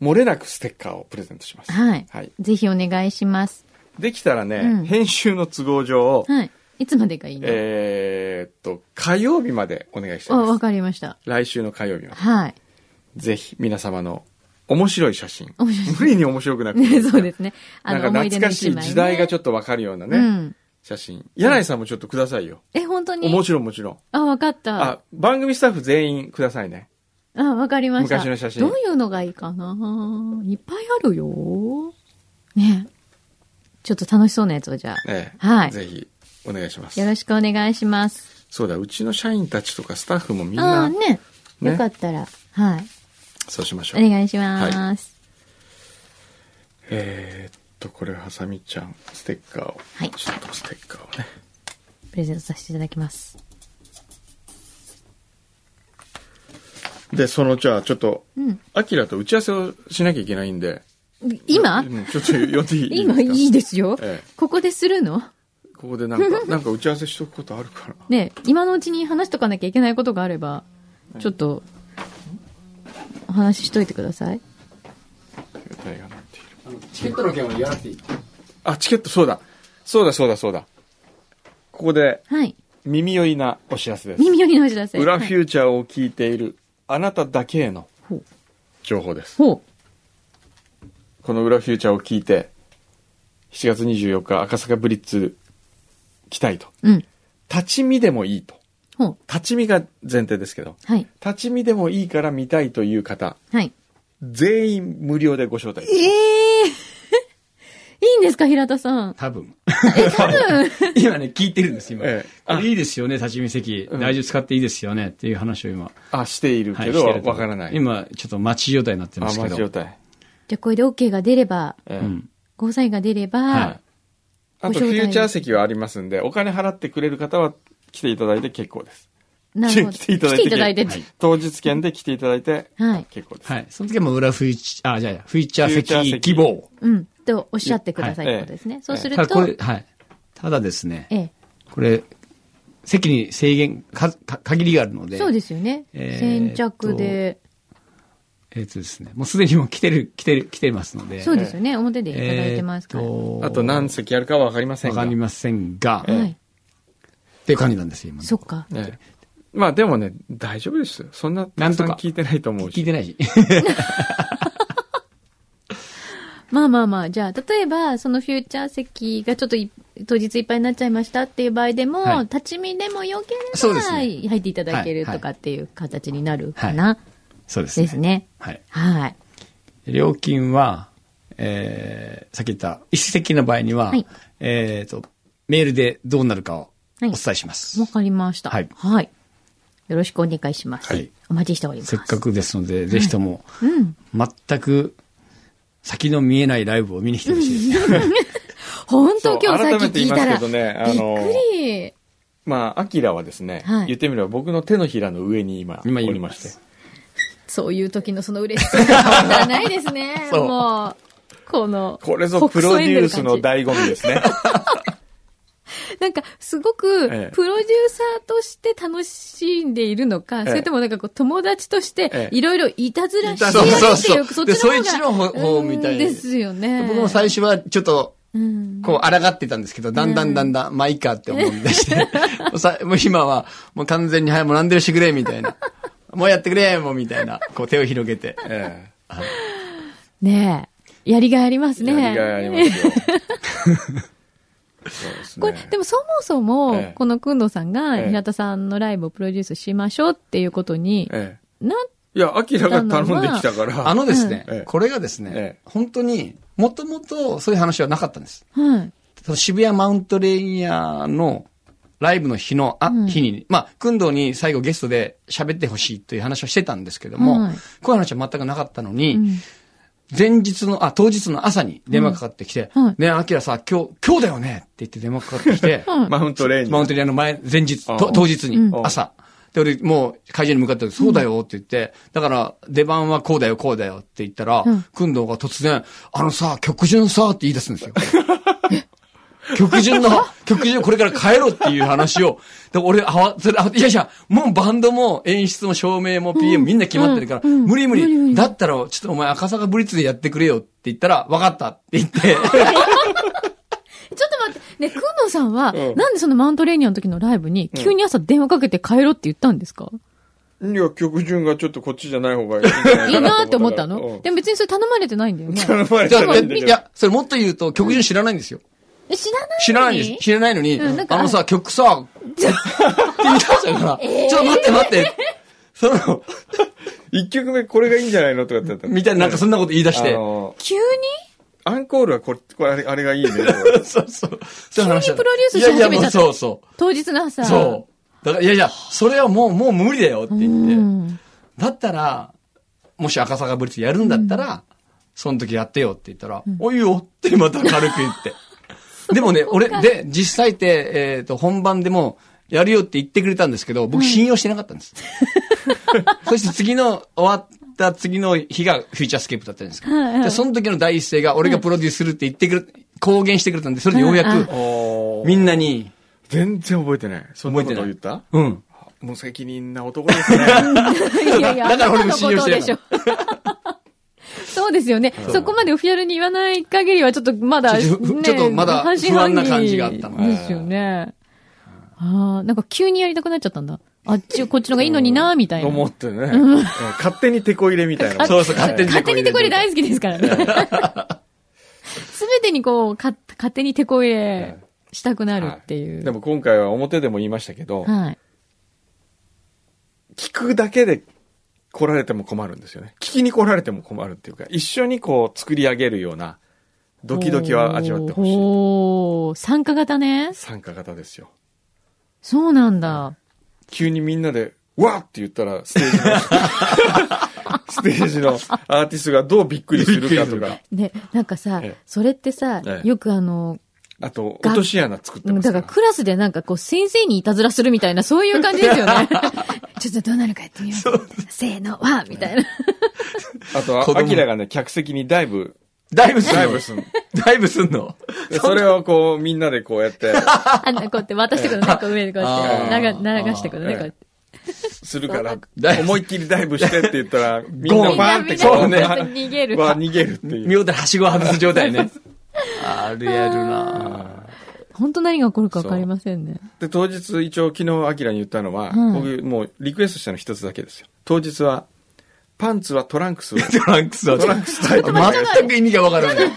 [SPEAKER 1] 漏れなくステッカーをプレゼントします。
[SPEAKER 2] はい。
[SPEAKER 1] はい
[SPEAKER 2] ぜひお願いします。
[SPEAKER 1] できたらね、
[SPEAKER 2] うん
[SPEAKER 1] 編集の都合上、
[SPEAKER 2] はい。いつまでがいいの、
[SPEAKER 1] えーっと、火曜日までお願いして
[SPEAKER 2] あ、
[SPEAKER 1] ま
[SPEAKER 2] わ
[SPEAKER 1] す。
[SPEAKER 2] かりました。
[SPEAKER 1] 来週の火曜日まで。
[SPEAKER 2] はい。
[SPEAKER 1] ぜひ皆様の面白い写真。
[SPEAKER 2] 面白い写
[SPEAKER 1] 無理に面白くなくていい
[SPEAKER 2] ね、
[SPEAKER 1] から。
[SPEAKER 2] [laughs] そうですね。あ
[SPEAKER 1] な
[SPEAKER 2] の、
[SPEAKER 1] んか
[SPEAKER 2] 思い出
[SPEAKER 1] 懐か
[SPEAKER 2] の一
[SPEAKER 1] し
[SPEAKER 2] 枚、
[SPEAKER 1] い
[SPEAKER 2] ね。
[SPEAKER 1] 時代がちょ
[SPEAKER 2] っ
[SPEAKER 1] っとわかるような
[SPEAKER 2] う
[SPEAKER 1] ね、
[SPEAKER 2] ん。
[SPEAKER 1] 写真。柳井さんもちょっとくださいよ。
[SPEAKER 2] え、本当に
[SPEAKER 1] もちろんもちろん。
[SPEAKER 2] あ、わかった。
[SPEAKER 1] あ、番組スタッフ全員くださいね。
[SPEAKER 2] あ、わかりました。
[SPEAKER 1] 昔の写真
[SPEAKER 2] どういうのがいいかないっぱいあるよ。ね。ちょっと楽しそうなやつをじゃあ。
[SPEAKER 1] ええ。
[SPEAKER 2] はい
[SPEAKER 1] ぜひ、お願いします
[SPEAKER 2] よ。ろしくお願いします。
[SPEAKER 1] そうだ、うちの社員たちとかスタッフもみん
[SPEAKER 2] ああ
[SPEAKER 1] な
[SPEAKER 2] ー、ね。
[SPEAKER 1] ね
[SPEAKER 2] よかったら、はい。
[SPEAKER 1] そうしましょ
[SPEAKER 2] お
[SPEAKER 1] う。
[SPEAKER 2] 願いします。
[SPEAKER 1] えーっと、これ、はさみちゃん、ステッカーを。
[SPEAKER 2] はい
[SPEAKER 1] ちょっとステッカーをね。
[SPEAKER 2] プレゼントさせていただきます。
[SPEAKER 1] で、その、じゃあ、ちょっと、
[SPEAKER 2] うん。
[SPEAKER 1] アキラと打ち合わせをしなきゃいけないんで。
[SPEAKER 2] 今
[SPEAKER 1] うんちょっと呼んでいいですか
[SPEAKER 2] [laughs] 今いいですよ
[SPEAKER 1] ええ。
[SPEAKER 2] ここでするの
[SPEAKER 1] ここでなん
[SPEAKER 2] [laughs]
[SPEAKER 1] か、なんか打ち合わせしとくことあるか [laughs] な。
[SPEAKER 2] ね今のうちに話しとかなきゃいけないことがあれば、ちょっと、お話ししといてください。
[SPEAKER 1] 携帯が鳴っている
[SPEAKER 3] チケットの件はやらなくていい。
[SPEAKER 1] あ、チケット、そうだ。そうだ、そうだ、そうだ。ここで、
[SPEAKER 2] はい。
[SPEAKER 1] 耳寄りなお知らせです。
[SPEAKER 2] 耳寄りのお知らせ。
[SPEAKER 1] 裏フ
[SPEAKER 2] ー。
[SPEAKER 1] ューチャーを聞いている、あなただけへの
[SPEAKER 2] ほう。
[SPEAKER 1] 情報です。
[SPEAKER 2] ほう。
[SPEAKER 1] この裏フューチャーを聞いて、7月24日、赤坂ブリッツ、来たいと。
[SPEAKER 2] うん。
[SPEAKER 1] 立ち見でもいいと。
[SPEAKER 2] ほう。
[SPEAKER 1] 立ち見が前提ですけど、
[SPEAKER 2] はい。
[SPEAKER 1] 立ち見でもいいから見たいという方、
[SPEAKER 2] はい。
[SPEAKER 1] 全員無料でご招待。
[SPEAKER 2] え [laughs] えいいんですか、平田さん。
[SPEAKER 3] 多分。 [laughs] 今ね、聞いてるんです、今。
[SPEAKER 1] ええ
[SPEAKER 3] これいいですよね、立ち見席。
[SPEAKER 1] うん
[SPEAKER 3] 大丈夫使っていいですよね、っていう話を今。
[SPEAKER 1] あ、している
[SPEAKER 3] は
[SPEAKER 1] け
[SPEAKER 3] い
[SPEAKER 1] ど、
[SPEAKER 3] して
[SPEAKER 1] わ、
[SPEAKER 3] るとこ
[SPEAKER 1] からない。
[SPEAKER 3] 今、ちょっと待ち状態になって
[SPEAKER 1] あ、
[SPEAKER 3] ますけ
[SPEAKER 1] マジ
[SPEAKER 3] ど。
[SPEAKER 1] 状態。
[SPEAKER 2] [laughs] じゃあ、これで OK が出れば、
[SPEAKER 1] ええ
[SPEAKER 3] うん。
[SPEAKER 2] ゴーサインが出れば、
[SPEAKER 3] はい
[SPEAKER 1] あと、
[SPEAKER 2] ご招
[SPEAKER 1] フュ
[SPEAKER 2] 待
[SPEAKER 1] ーチャー席はありますんで、お金払ってくれる方は来ていただいて結構です。
[SPEAKER 2] なるほど。
[SPEAKER 1] [laughs] 来ていただいて
[SPEAKER 2] 来ていただいて。
[SPEAKER 3] は
[SPEAKER 2] はいい。
[SPEAKER 1] 当日券で来ていただいて結構です。
[SPEAKER 3] はい。その時はもう裏フィーチ、あ、じゃあ、フィーチャー
[SPEAKER 1] フィーチャー
[SPEAKER 3] 席
[SPEAKER 1] 席
[SPEAKER 3] 希望。
[SPEAKER 2] うん。とおっしゃってくださいっ
[SPEAKER 1] はい
[SPEAKER 2] てことですね。そうする、
[SPEAKER 3] ただことれ、はい。ただですね、
[SPEAKER 2] え
[SPEAKER 3] これ、席に制限、か、か限りがあるの
[SPEAKER 2] え。
[SPEAKER 3] で。
[SPEAKER 2] そうですよね。
[SPEAKER 3] えー
[SPEAKER 2] 先着で、
[SPEAKER 3] えっとですね、もうすでにもう来てる、来てる、来てますので。
[SPEAKER 2] そうですよね。表でいただいてますから。
[SPEAKER 3] えーと
[SPEAKER 1] あと何席あるかはわかりません
[SPEAKER 3] わ
[SPEAKER 1] が。
[SPEAKER 3] かりませんが、
[SPEAKER 1] えー
[SPEAKER 3] っ
[SPEAKER 2] はい。
[SPEAKER 3] ていう感じなんですよ、今の。
[SPEAKER 2] そっか。
[SPEAKER 1] ええまあでもね、大丈夫ですよ。そんな、たくさん
[SPEAKER 3] なんとか
[SPEAKER 1] 聞いてないと思う
[SPEAKER 3] 聞い
[SPEAKER 1] し。
[SPEAKER 3] てないし。
[SPEAKER 2] まあまあまあ、じゃあ、例えば、そのフューチャー席がちょっとい当日いっぱいになっちゃいましたっていう場合でも、
[SPEAKER 3] はい
[SPEAKER 2] 立ち見でもよけれ
[SPEAKER 3] そう
[SPEAKER 2] ば、
[SPEAKER 3] ですね
[SPEAKER 2] 入っていただける
[SPEAKER 3] はい
[SPEAKER 2] とかっていう形になるかな。
[SPEAKER 3] そうですね。
[SPEAKER 2] ですね。
[SPEAKER 3] はい。
[SPEAKER 2] はい。
[SPEAKER 3] 料金は、えー、さっき言った、一席の場合には、
[SPEAKER 2] はい
[SPEAKER 3] えっ、と、メールでどうなるかをお
[SPEAKER 2] はい
[SPEAKER 3] 伝えします。
[SPEAKER 2] わかりました。
[SPEAKER 3] は
[SPEAKER 2] はいい。よろしくお願いします。
[SPEAKER 3] はい
[SPEAKER 2] お待ちしております。
[SPEAKER 3] せっか。くですので、ぜひとも、
[SPEAKER 2] うん。
[SPEAKER 3] 全く先の見えないライブを見に来てほしいですね。
[SPEAKER 2] 本当今日
[SPEAKER 1] そう
[SPEAKER 2] さっ
[SPEAKER 1] 改め
[SPEAKER 2] き
[SPEAKER 1] て言
[SPEAKER 2] 聞い
[SPEAKER 1] います
[SPEAKER 2] た
[SPEAKER 1] け
[SPEAKER 2] ら、
[SPEAKER 1] どねあ
[SPEAKER 2] び
[SPEAKER 1] の
[SPEAKER 2] っくり。
[SPEAKER 1] まあ、アキラはですね、
[SPEAKER 2] はい
[SPEAKER 1] 言ってみれば僕の手のひらの上に今、
[SPEAKER 3] 今い
[SPEAKER 1] お
[SPEAKER 3] ます。
[SPEAKER 1] りまして。
[SPEAKER 2] そういう時のその嬉しさが半端ないですね
[SPEAKER 3] そう
[SPEAKER 2] もう。この、
[SPEAKER 1] これぞプロデュースの醍醐味ですね。
[SPEAKER 2] なんか、すごく、
[SPEAKER 1] ええ
[SPEAKER 2] プロデューサーとして楽しんでいるのか、
[SPEAKER 1] ええ
[SPEAKER 2] それともなんかこう、友達とし
[SPEAKER 1] え
[SPEAKER 2] て、
[SPEAKER 1] え
[SPEAKER 2] いろいろいたずらし合
[SPEAKER 3] そうそう
[SPEAKER 2] ってい
[SPEAKER 3] そ
[SPEAKER 2] る、
[SPEAKER 3] う
[SPEAKER 2] そっちの方が。
[SPEAKER 3] でそっちの方方
[SPEAKER 2] うん
[SPEAKER 3] みたいに
[SPEAKER 2] ですよね。
[SPEAKER 3] 僕も最初はちょっと、
[SPEAKER 2] うん。
[SPEAKER 3] こう、抗ってたんですけど、だんだんだんだん、まあいいかって思い出して、 [laughs] もうさもう今は、もう完全に、はい、もう何でもしてくれ、みたいな。もうやってくれ、もう、みたいな。こう、手を広げて。
[SPEAKER 1] え
[SPEAKER 2] ねえ。やりがいあります
[SPEAKER 1] え
[SPEAKER 2] ね。
[SPEAKER 1] やりがいありますよ。そうですね。
[SPEAKER 2] これ、でもそもそも、
[SPEAKER 1] ええ
[SPEAKER 2] このくんどさんが、
[SPEAKER 1] ええ
[SPEAKER 2] 平田さんのライブをプロデュースしましょうっていうことに、
[SPEAKER 1] え
[SPEAKER 2] な、
[SPEAKER 1] え、いや、アキラが頼んできたから。
[SPEAKER 3] あのですね、
[SPEAKER 1] うん
[SPEAKER 3] これがですね、
[SPEAKER 1] ええ
[SPEAKER 3] 本当に、もともとそういう話はなかったんです。
[SPEAKER 2] はい。
[SPEAKER 3] その渋谷マウントレイヤーのライブの日の、あ、
[SPEAKER 2] うん
[SPEAKER 3] 日に、まあ、くんどに最後ゲストで喋ってほしいという話をしてたんですけども、
[SPEAKER 2] はい
[SPEAKER 3] こういう話は全くなかったのに、
[SPEAKER 2] うん
[SPEAKER 3] 前日の、あ、当日の朝に電話かかってきて、
[SPEAKER 2] うんはい
[SPEAKER 3] ね、アキラさ、今日、今日だよねって言って電話かかってき
[SPEAKER 2] [laughs]
[SPEAKER 3] て、
[SPEAKER 2] うん
[SPEAKER 1] マウントレーニ
[SPEAKER 3] マウン
[SPEAKER 1] ン。
[SPEAKER 3] トリアの前、前日、
[SPEAKER 1] ああ
[SPEAKER 3] と当日に、
[SPEAKER 2] うん
[SPEAKER 3] 朝。で、俺、もう会場に向かって、そうだよって言って、だから、出番はこうだよ、こうだよって言ったら
[SPEAKER 2] うん、
[SPEAKER 3] くんどうが突然、あのさ、曲順さ、って言い出すんです
[SPEAKER 2] [laughs]
[SPEAKER 3] よ。曲順の、曲順これから変えろっていう話を、で俺、あわ、それ、あ、いやいや、もうバンドも演出も照明も PM みんな決まってるから、
[SPEAKER 2] うんうん
[SPEAKER 3] 無理
[SPEAKER 2] 無
[SPEAKER 3] 無
[SPEAKER 2] 理無
[SPEAKER 3] 理。
[SPEAKER 2] 理
[SPEAKER 3] だったら、ちょっとお前赤坂ブリッツでやってくれよって言ったら、わかったって
[SPEAKER 2] [laughs]
[SPEAKER 3] 言って、
[SPEAKER 2] ちょっと待って、ね、くんどさんは、
[SPEAKER 1] うん
[SPEAKER 2] なんでそのマウントレーニアの時のライブに、急に朝電話かけて帰ろうって言ったんですか、
[SPEAKER 1] いや、曲順がちょっとこっちじゃない方がいいんじゃない
[SPEAKER 2] い
[SPEAKER 1] か
[SPEAKER 2] いな
[SPEAKER 1] な
[SPEAKER 2] ーって思ったの、
[SPEAKER 1] うん
[SPEAKER 2] でも別にそれ頼まれてないんだよね。
[SPEAKER 1] 頼まれ
[SPEAKER 3] じゃ
[SPEAKER 1] た
[SPEAKER 3] あ、
[SPEAKER 1] らいいん
[SPEAKER 3] え
[SPEAKER 1] だ
[SPEAKER 3] い
[SPEAKER 1] けど
[SPEAKER 3] や、それもっと言うと、曲順知らないんですよ。
[SPEAKER 2] え知らない
[SPEAKER 3] 知らないんです。知らないのに、
[SPEAKER 2] うんなんか
[SPEAKER 3] あのさ、曲さ、って言い出した
[SPEAKER 2] [laughs]
[SPEAKER 3] から、ちょっと待って待って、その、
[SPEAKER 1] 一曲目これがいいんじゃないのとかってなったら
[SPEAKER 3] みたいな、なんかそんなこと言い出して
[SPEAKER 1] あ、の
[SPEAKER 2] 急に
[SPEAKER 1] アンコールはこれ、これあれあれがいいねとか。 [laughs]
[SPEAKER 3] そうそう。そういう話
[SPEAKER 2] 急にプロデュースし始めちゃった
[SPEAKER 3] いやいや、もうそうそ
[SPEAKER 2] 当日の朝。
[SPEAKER 3] う。そう。だから、いやいや、それはもう、もう無理だよって
[SPEAKER 2] う
[SPEAKER 3] 言って。
[SPEAKER 2] ん。
[SPEAKER 3] だったら、もし赤坂ブリッジやるんだったら、その時やってよって言ったら、おいよってまた軽く
[SPEAKER 2] [laughs]
[SPEAKER 3] 言って。でもね、俺、で、実際って、えっ、と、本番でも、やるよって言ってくれたんですけど、僕信用してなかった
[SPEAKER 2] [laughs]
[SPEAKER 3] んです。そして次の、終わった次の日がフューチャースケープだったんですけど、
[SPEAKER 2] はいはい
[SPEAKER 3] で、その時の第一声が、俺がプロデュースするって言ってくれ、公言してくれたんで、それでようや
[SPEAKER 2] うんうん
[SPEAKER 3] く、みんなに、
[SPEAKER 1] 全然覚えてない。そんなこと
[SPEAKER 3] 覚
[SPEAKER 1] 言
[SPEAKER 3] え
[SPEAKER 1] った
[SPEAKER 2] [laughs]
[SPEAKER 3] うん。
[SPEAKER 1] 無責任な男ですね。
[SPEAKER 2] いやいや、あな
[SPEAKER 3] だから
[SPEAKER 2] た
[SPEAKER 3] 俺
[SPEAKER 2] の
[SPEAKER 3] も信
[SPEAKER 2] こ
[SPEAKER 3] 用
[SPEAKER 2] と
[SPEAKER 3] して
[SPEAKER 2] で
[SPEAKER 3] ない
[SPEAKER 2] しょ。 [laughs] そうですよね。そこまでオフィシャルに言わない限りは、ちょっとまだ、
[SPEAKER 3] ちょっとふ
[SPEAKER 2] ね
[SPEAKER 3] ちょっとまだ
[SPEAKER 2] 半信半疑
[SPEAKER 3] 不安な感じがあったの
[SPEAKER 2] ですよね。ああ、なんか急にやりたくなっちゃったんだ。あっち、こっちの方がいいのにな、みたいな。
[SPEAKER 1] 思ってね。うん勝手に手こ入れみたいな。
[SPEAKER 3] そうそう勝手に
[SPEAKER 2] 勝手にテコ入れ大好きですからね。すべてにこう、か、勝手にテコ入れしたくなるってい
[SPEAKER 1] は
[SPEAKER 2] う。
[SPEAKER 1] でも今回は表でも言いましたけど、
[SPEAKER 2] はい。
[SPEAKER 1] 聞くだけで来られても困るんですよね。聞きに来られても困るっていうか、一緒にこう作り上げるようなドキドキは味わってほしい。
[SPEAKER 2] おー参加型ね。
[SPEAKER 1] 参加型ですよ。
[SPEAKER 2] そうなんだ。
[SPEAKER 1] 急にみんなで、わーって言ったら、ステージ
[SPEAKER 2] [laughs]
[SPEAKER 1] の、ステージのアーティストがどうびっくりするかと
[SPEAKER 3] びっくりす
[SPEAKER 1] か、
[SPEAKER 2] ね、なんかさ
[SPEAKER 1] ええ、
[SPEAKER 2] それってさ
[SPEAKER 1] え、え
[SPEAKER 2] よくあの、
[SPEAKER 1] あと、落とし穴作ってます
[SPEAKER 2] だ
[SPEAKER 1] か。
[SPEAKER 2] かららクラスでなんかこう先生にいたずらするみたいな、そういう感じです
[SPEAKER 1] [laughs]
[SPEAKER 2] よね。ちょっとどうなるかやってみよう。せーの、わーみたいな。
[SPEAKER 1] あと、
[SPEAKER 3] 子
[SPEAKER 1] あ
[SPEAKER 3] 供
[SPEAKER 1] アキラがね、客席にダイブ、
[SPEAKER 3] ダイブすん
[SPEAKER 1] ダイ
[SPEAKER 3] の
[SPEAKER 1] ブ
[SPEAKER 3] [laughs]
[SPEAKER 1] すんの。
[SPEAKER 3] ダイブすんの
[SPEAKER 1] でそれをこう、みんなでこうやって、
[SPEAKER 2] あの、こうやって渡してくるね、こう上にこうやって、
[SPEAKER 3] あ
[SPEAKER 2] 流
[SPEAKER 3] ー
[SPEAKER 2] 流してくるね、こうやって。
[SPEAKER 1] するから
[SPEAKER 3] ダイ、ブ
[SPEAKER 1] 思いっきりダイブしてって言ったら、みんな
[SPEAKER 3] ゴーン
[SPEAKER 1] バーンってこうね、
[SPEAKER 2] みんなみんな逃げる
[SPEAKER 1] わ逃げるっていう。
[SPEAKER 3] 妙だはしごを外す状態ね。あるやるな
[SPEAKER 2] 本当何が起こるかわかりませんね。
[SPEAKER 1] で、当日一応昨日アキラに言ったのは、
[SPEAKER 2] うん
[SPEAKER 1] 僕もうリクエストしたの一つだけですよ。当日は、パンツはトランクスを。
[SPEAKER 3] トランクスは。
[SPEAKER 1] トランクスタイプ
[SPEAKER 3] 全く意味がわからない。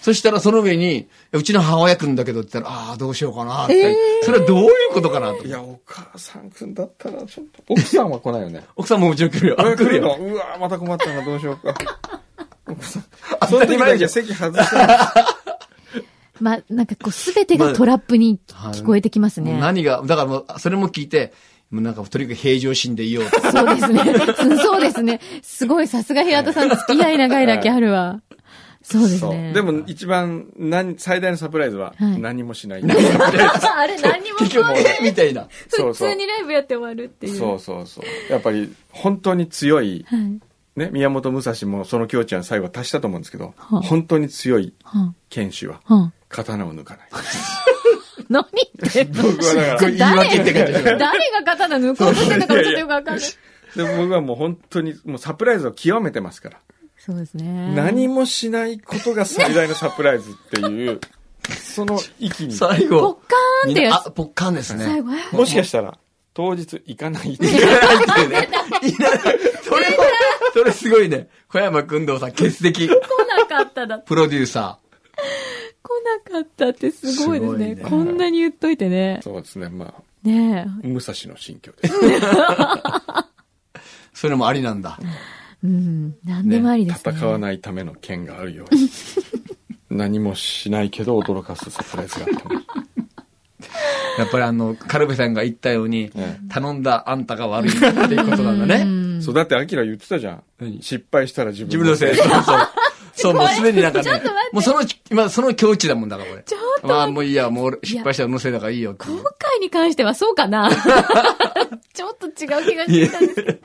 [SPEAKER 3] そしたらその上に、いやうちの母親くんだけどって言ったら、ああー、どうしようかなって、それはどういうことかなと
[SPEAKER 1] い。や、お母さんくんだったら、ちょっと、奥さんは来ないよね。
[SPEAKER 3] 奥さんもうちろん来るよ。
[SPEAKER 1] あ
[SPEAKER 3] 来る
[SPEAKER 1] の
[SPEAKER 3] よ。
[SPEAKER 1] うわまた困ったな、どうしようか。奥さん
[SPEAKER 3] 当
[SPEAKER 1] その
[SPEAKER 3] たり
[SPEAKER 1] 時だ
[SPEAKER 3] 前じゃ
[SPEAKER 1] け
[SPEAKER 3] ん
[SPEAKER 1] 席外したら
[SPEAKER 2] まあ、なんかこう、すべてがトラップに聞こえてきます
[SPEAKER 3] もう
[SPEAKER 2] ね。
[SPEAKER 3] 何が、だからもう、それも聞いて、もうなんか、とにかく平常心でいようと。
[SPEAKER 2] そうですね。すそうですね。すごい、さすが平田さん、付き合い長いだけあるわ。そうです
[SPEAKER 1] そう
[SPEAKER 2] ね。 [laughs]
[SPEAKER 1] で、も一番何、最大のサプライズは、
[SPEAKER 2] はい
[SPEAKER 1] 何もしない。
[SPEAKER 2] あれ何にも
[SPEAKER 3] [laughs] 結局、えみたいな。
[SPEAKER 1] そう
[SPEAKER 2] 普
[SPEAKER 1] そう
[SPEAKER 2] 通にライブやって終わるっていう。
[SPEAKER 1] そうそうそう。やっぱり、本当に強い、
[SPEAKER 2] はい。
[SPEAKER 1] ね、宮本武蔵もその境地は最後達したと思うんですけど、
[SPEAKER 2] はあ
[SPEAKER 1] 本当に強い
[SPEAKER 2] は
[SPEAKER 1] 剣士は
[SPEAKER 2] あ、はあ。
[SPEAKER 1] 刀を抜かない。
[SPEAKER 2] 何言ってん
[SPEAKER 3] [laughs]
[SPEAKER 2] の
[SPEAKER 1] 僕はだから
[SPEAKER 3] 言い訳って感じ
[SPEAKER 2] 誰が刀抜こうとしてたかもちょっとよくわかんない。
[SPEAKER 1] で僕はもう本当に、もうサプライズを極めてますから。
[SPEAKER 2] [laughs] そうですね。
[SPEAKER 1] 何もしないことが最大のサプライズっていう、その域に。
[SPEAKER 3] 最
[SPEAKER 2] ポッ
[SPEAKER 3] 後。
[SPEAKER 2] カーンって
[SPEAKER 3] みんな
[SPEAKER 2] や
[SPEAKER 3] あ、ポッカーンです
[SPEAKER 2] つ。
[SPEAKER 3] ね。
[SPEAKER 2] 最後、え
[SPEAKER 1] もしかしたら、当日行かないって
[SPEAKER 3] い
[SPEAKER 1] いう。
[SPEAKER 3] らないっていうね。いらない。それも、それすごいね。小山君堂さん欠
[SPEAKER 2] 来
[SPEAKER 3] 席。
[SPEAKER 2] なかっただ。
[SPEAKER 3] プロデューサ
[SPEAKER 2] 来なかったってすごいですね。
[SPEAKER 3] すごいね
[SPEAKER 2] こんなに言っといてね。
[SPEAKER 1] そうですね、まあ、
[SPEAKER 2] ね
[SPEAKER 1] 武蔵の心境です。
[SPEAKER 3] ー。それもありなんだ。
[SPEAKER 2] え。うん。何でもありですね。
[SPEAKER 1] 戦わないための剣があるように。何もしないけど驚かすサプライズがあっても。
[SPEAKER 3] やっぱりあの、カルベさんが言ったように、頼んだあんたが悪いっていうことなんだね。
[SPEAKER 1] そう、だってアキラ言ってたじゃん。
[SPEAKER 3] 何
[SPEAKER 1] 失敗したら自
[SPEAKER 3] 自
[SPEAKER 1] 分
[SPEAKER 3] 分のせい。そう
[SPEAKER 2] [laughs]
[SPEAKER 3] そう。そう、もうすでになんかね
[SPEAKER 2] ちょっと待って、
[SPEAKER 3] もうその、今その境地だもんだから、これ。
[SPEAKER 2] ちょっと待って
[SPEAKER 3] まあもういいや、もう俺失敗したらのせいだからいいよっていう
[SPEAKER 2] 今回に関してはそうか
[SPEAKER 3] [laughs]
[SPEAKER 2] なちょっと違う気がしてきたんですけど。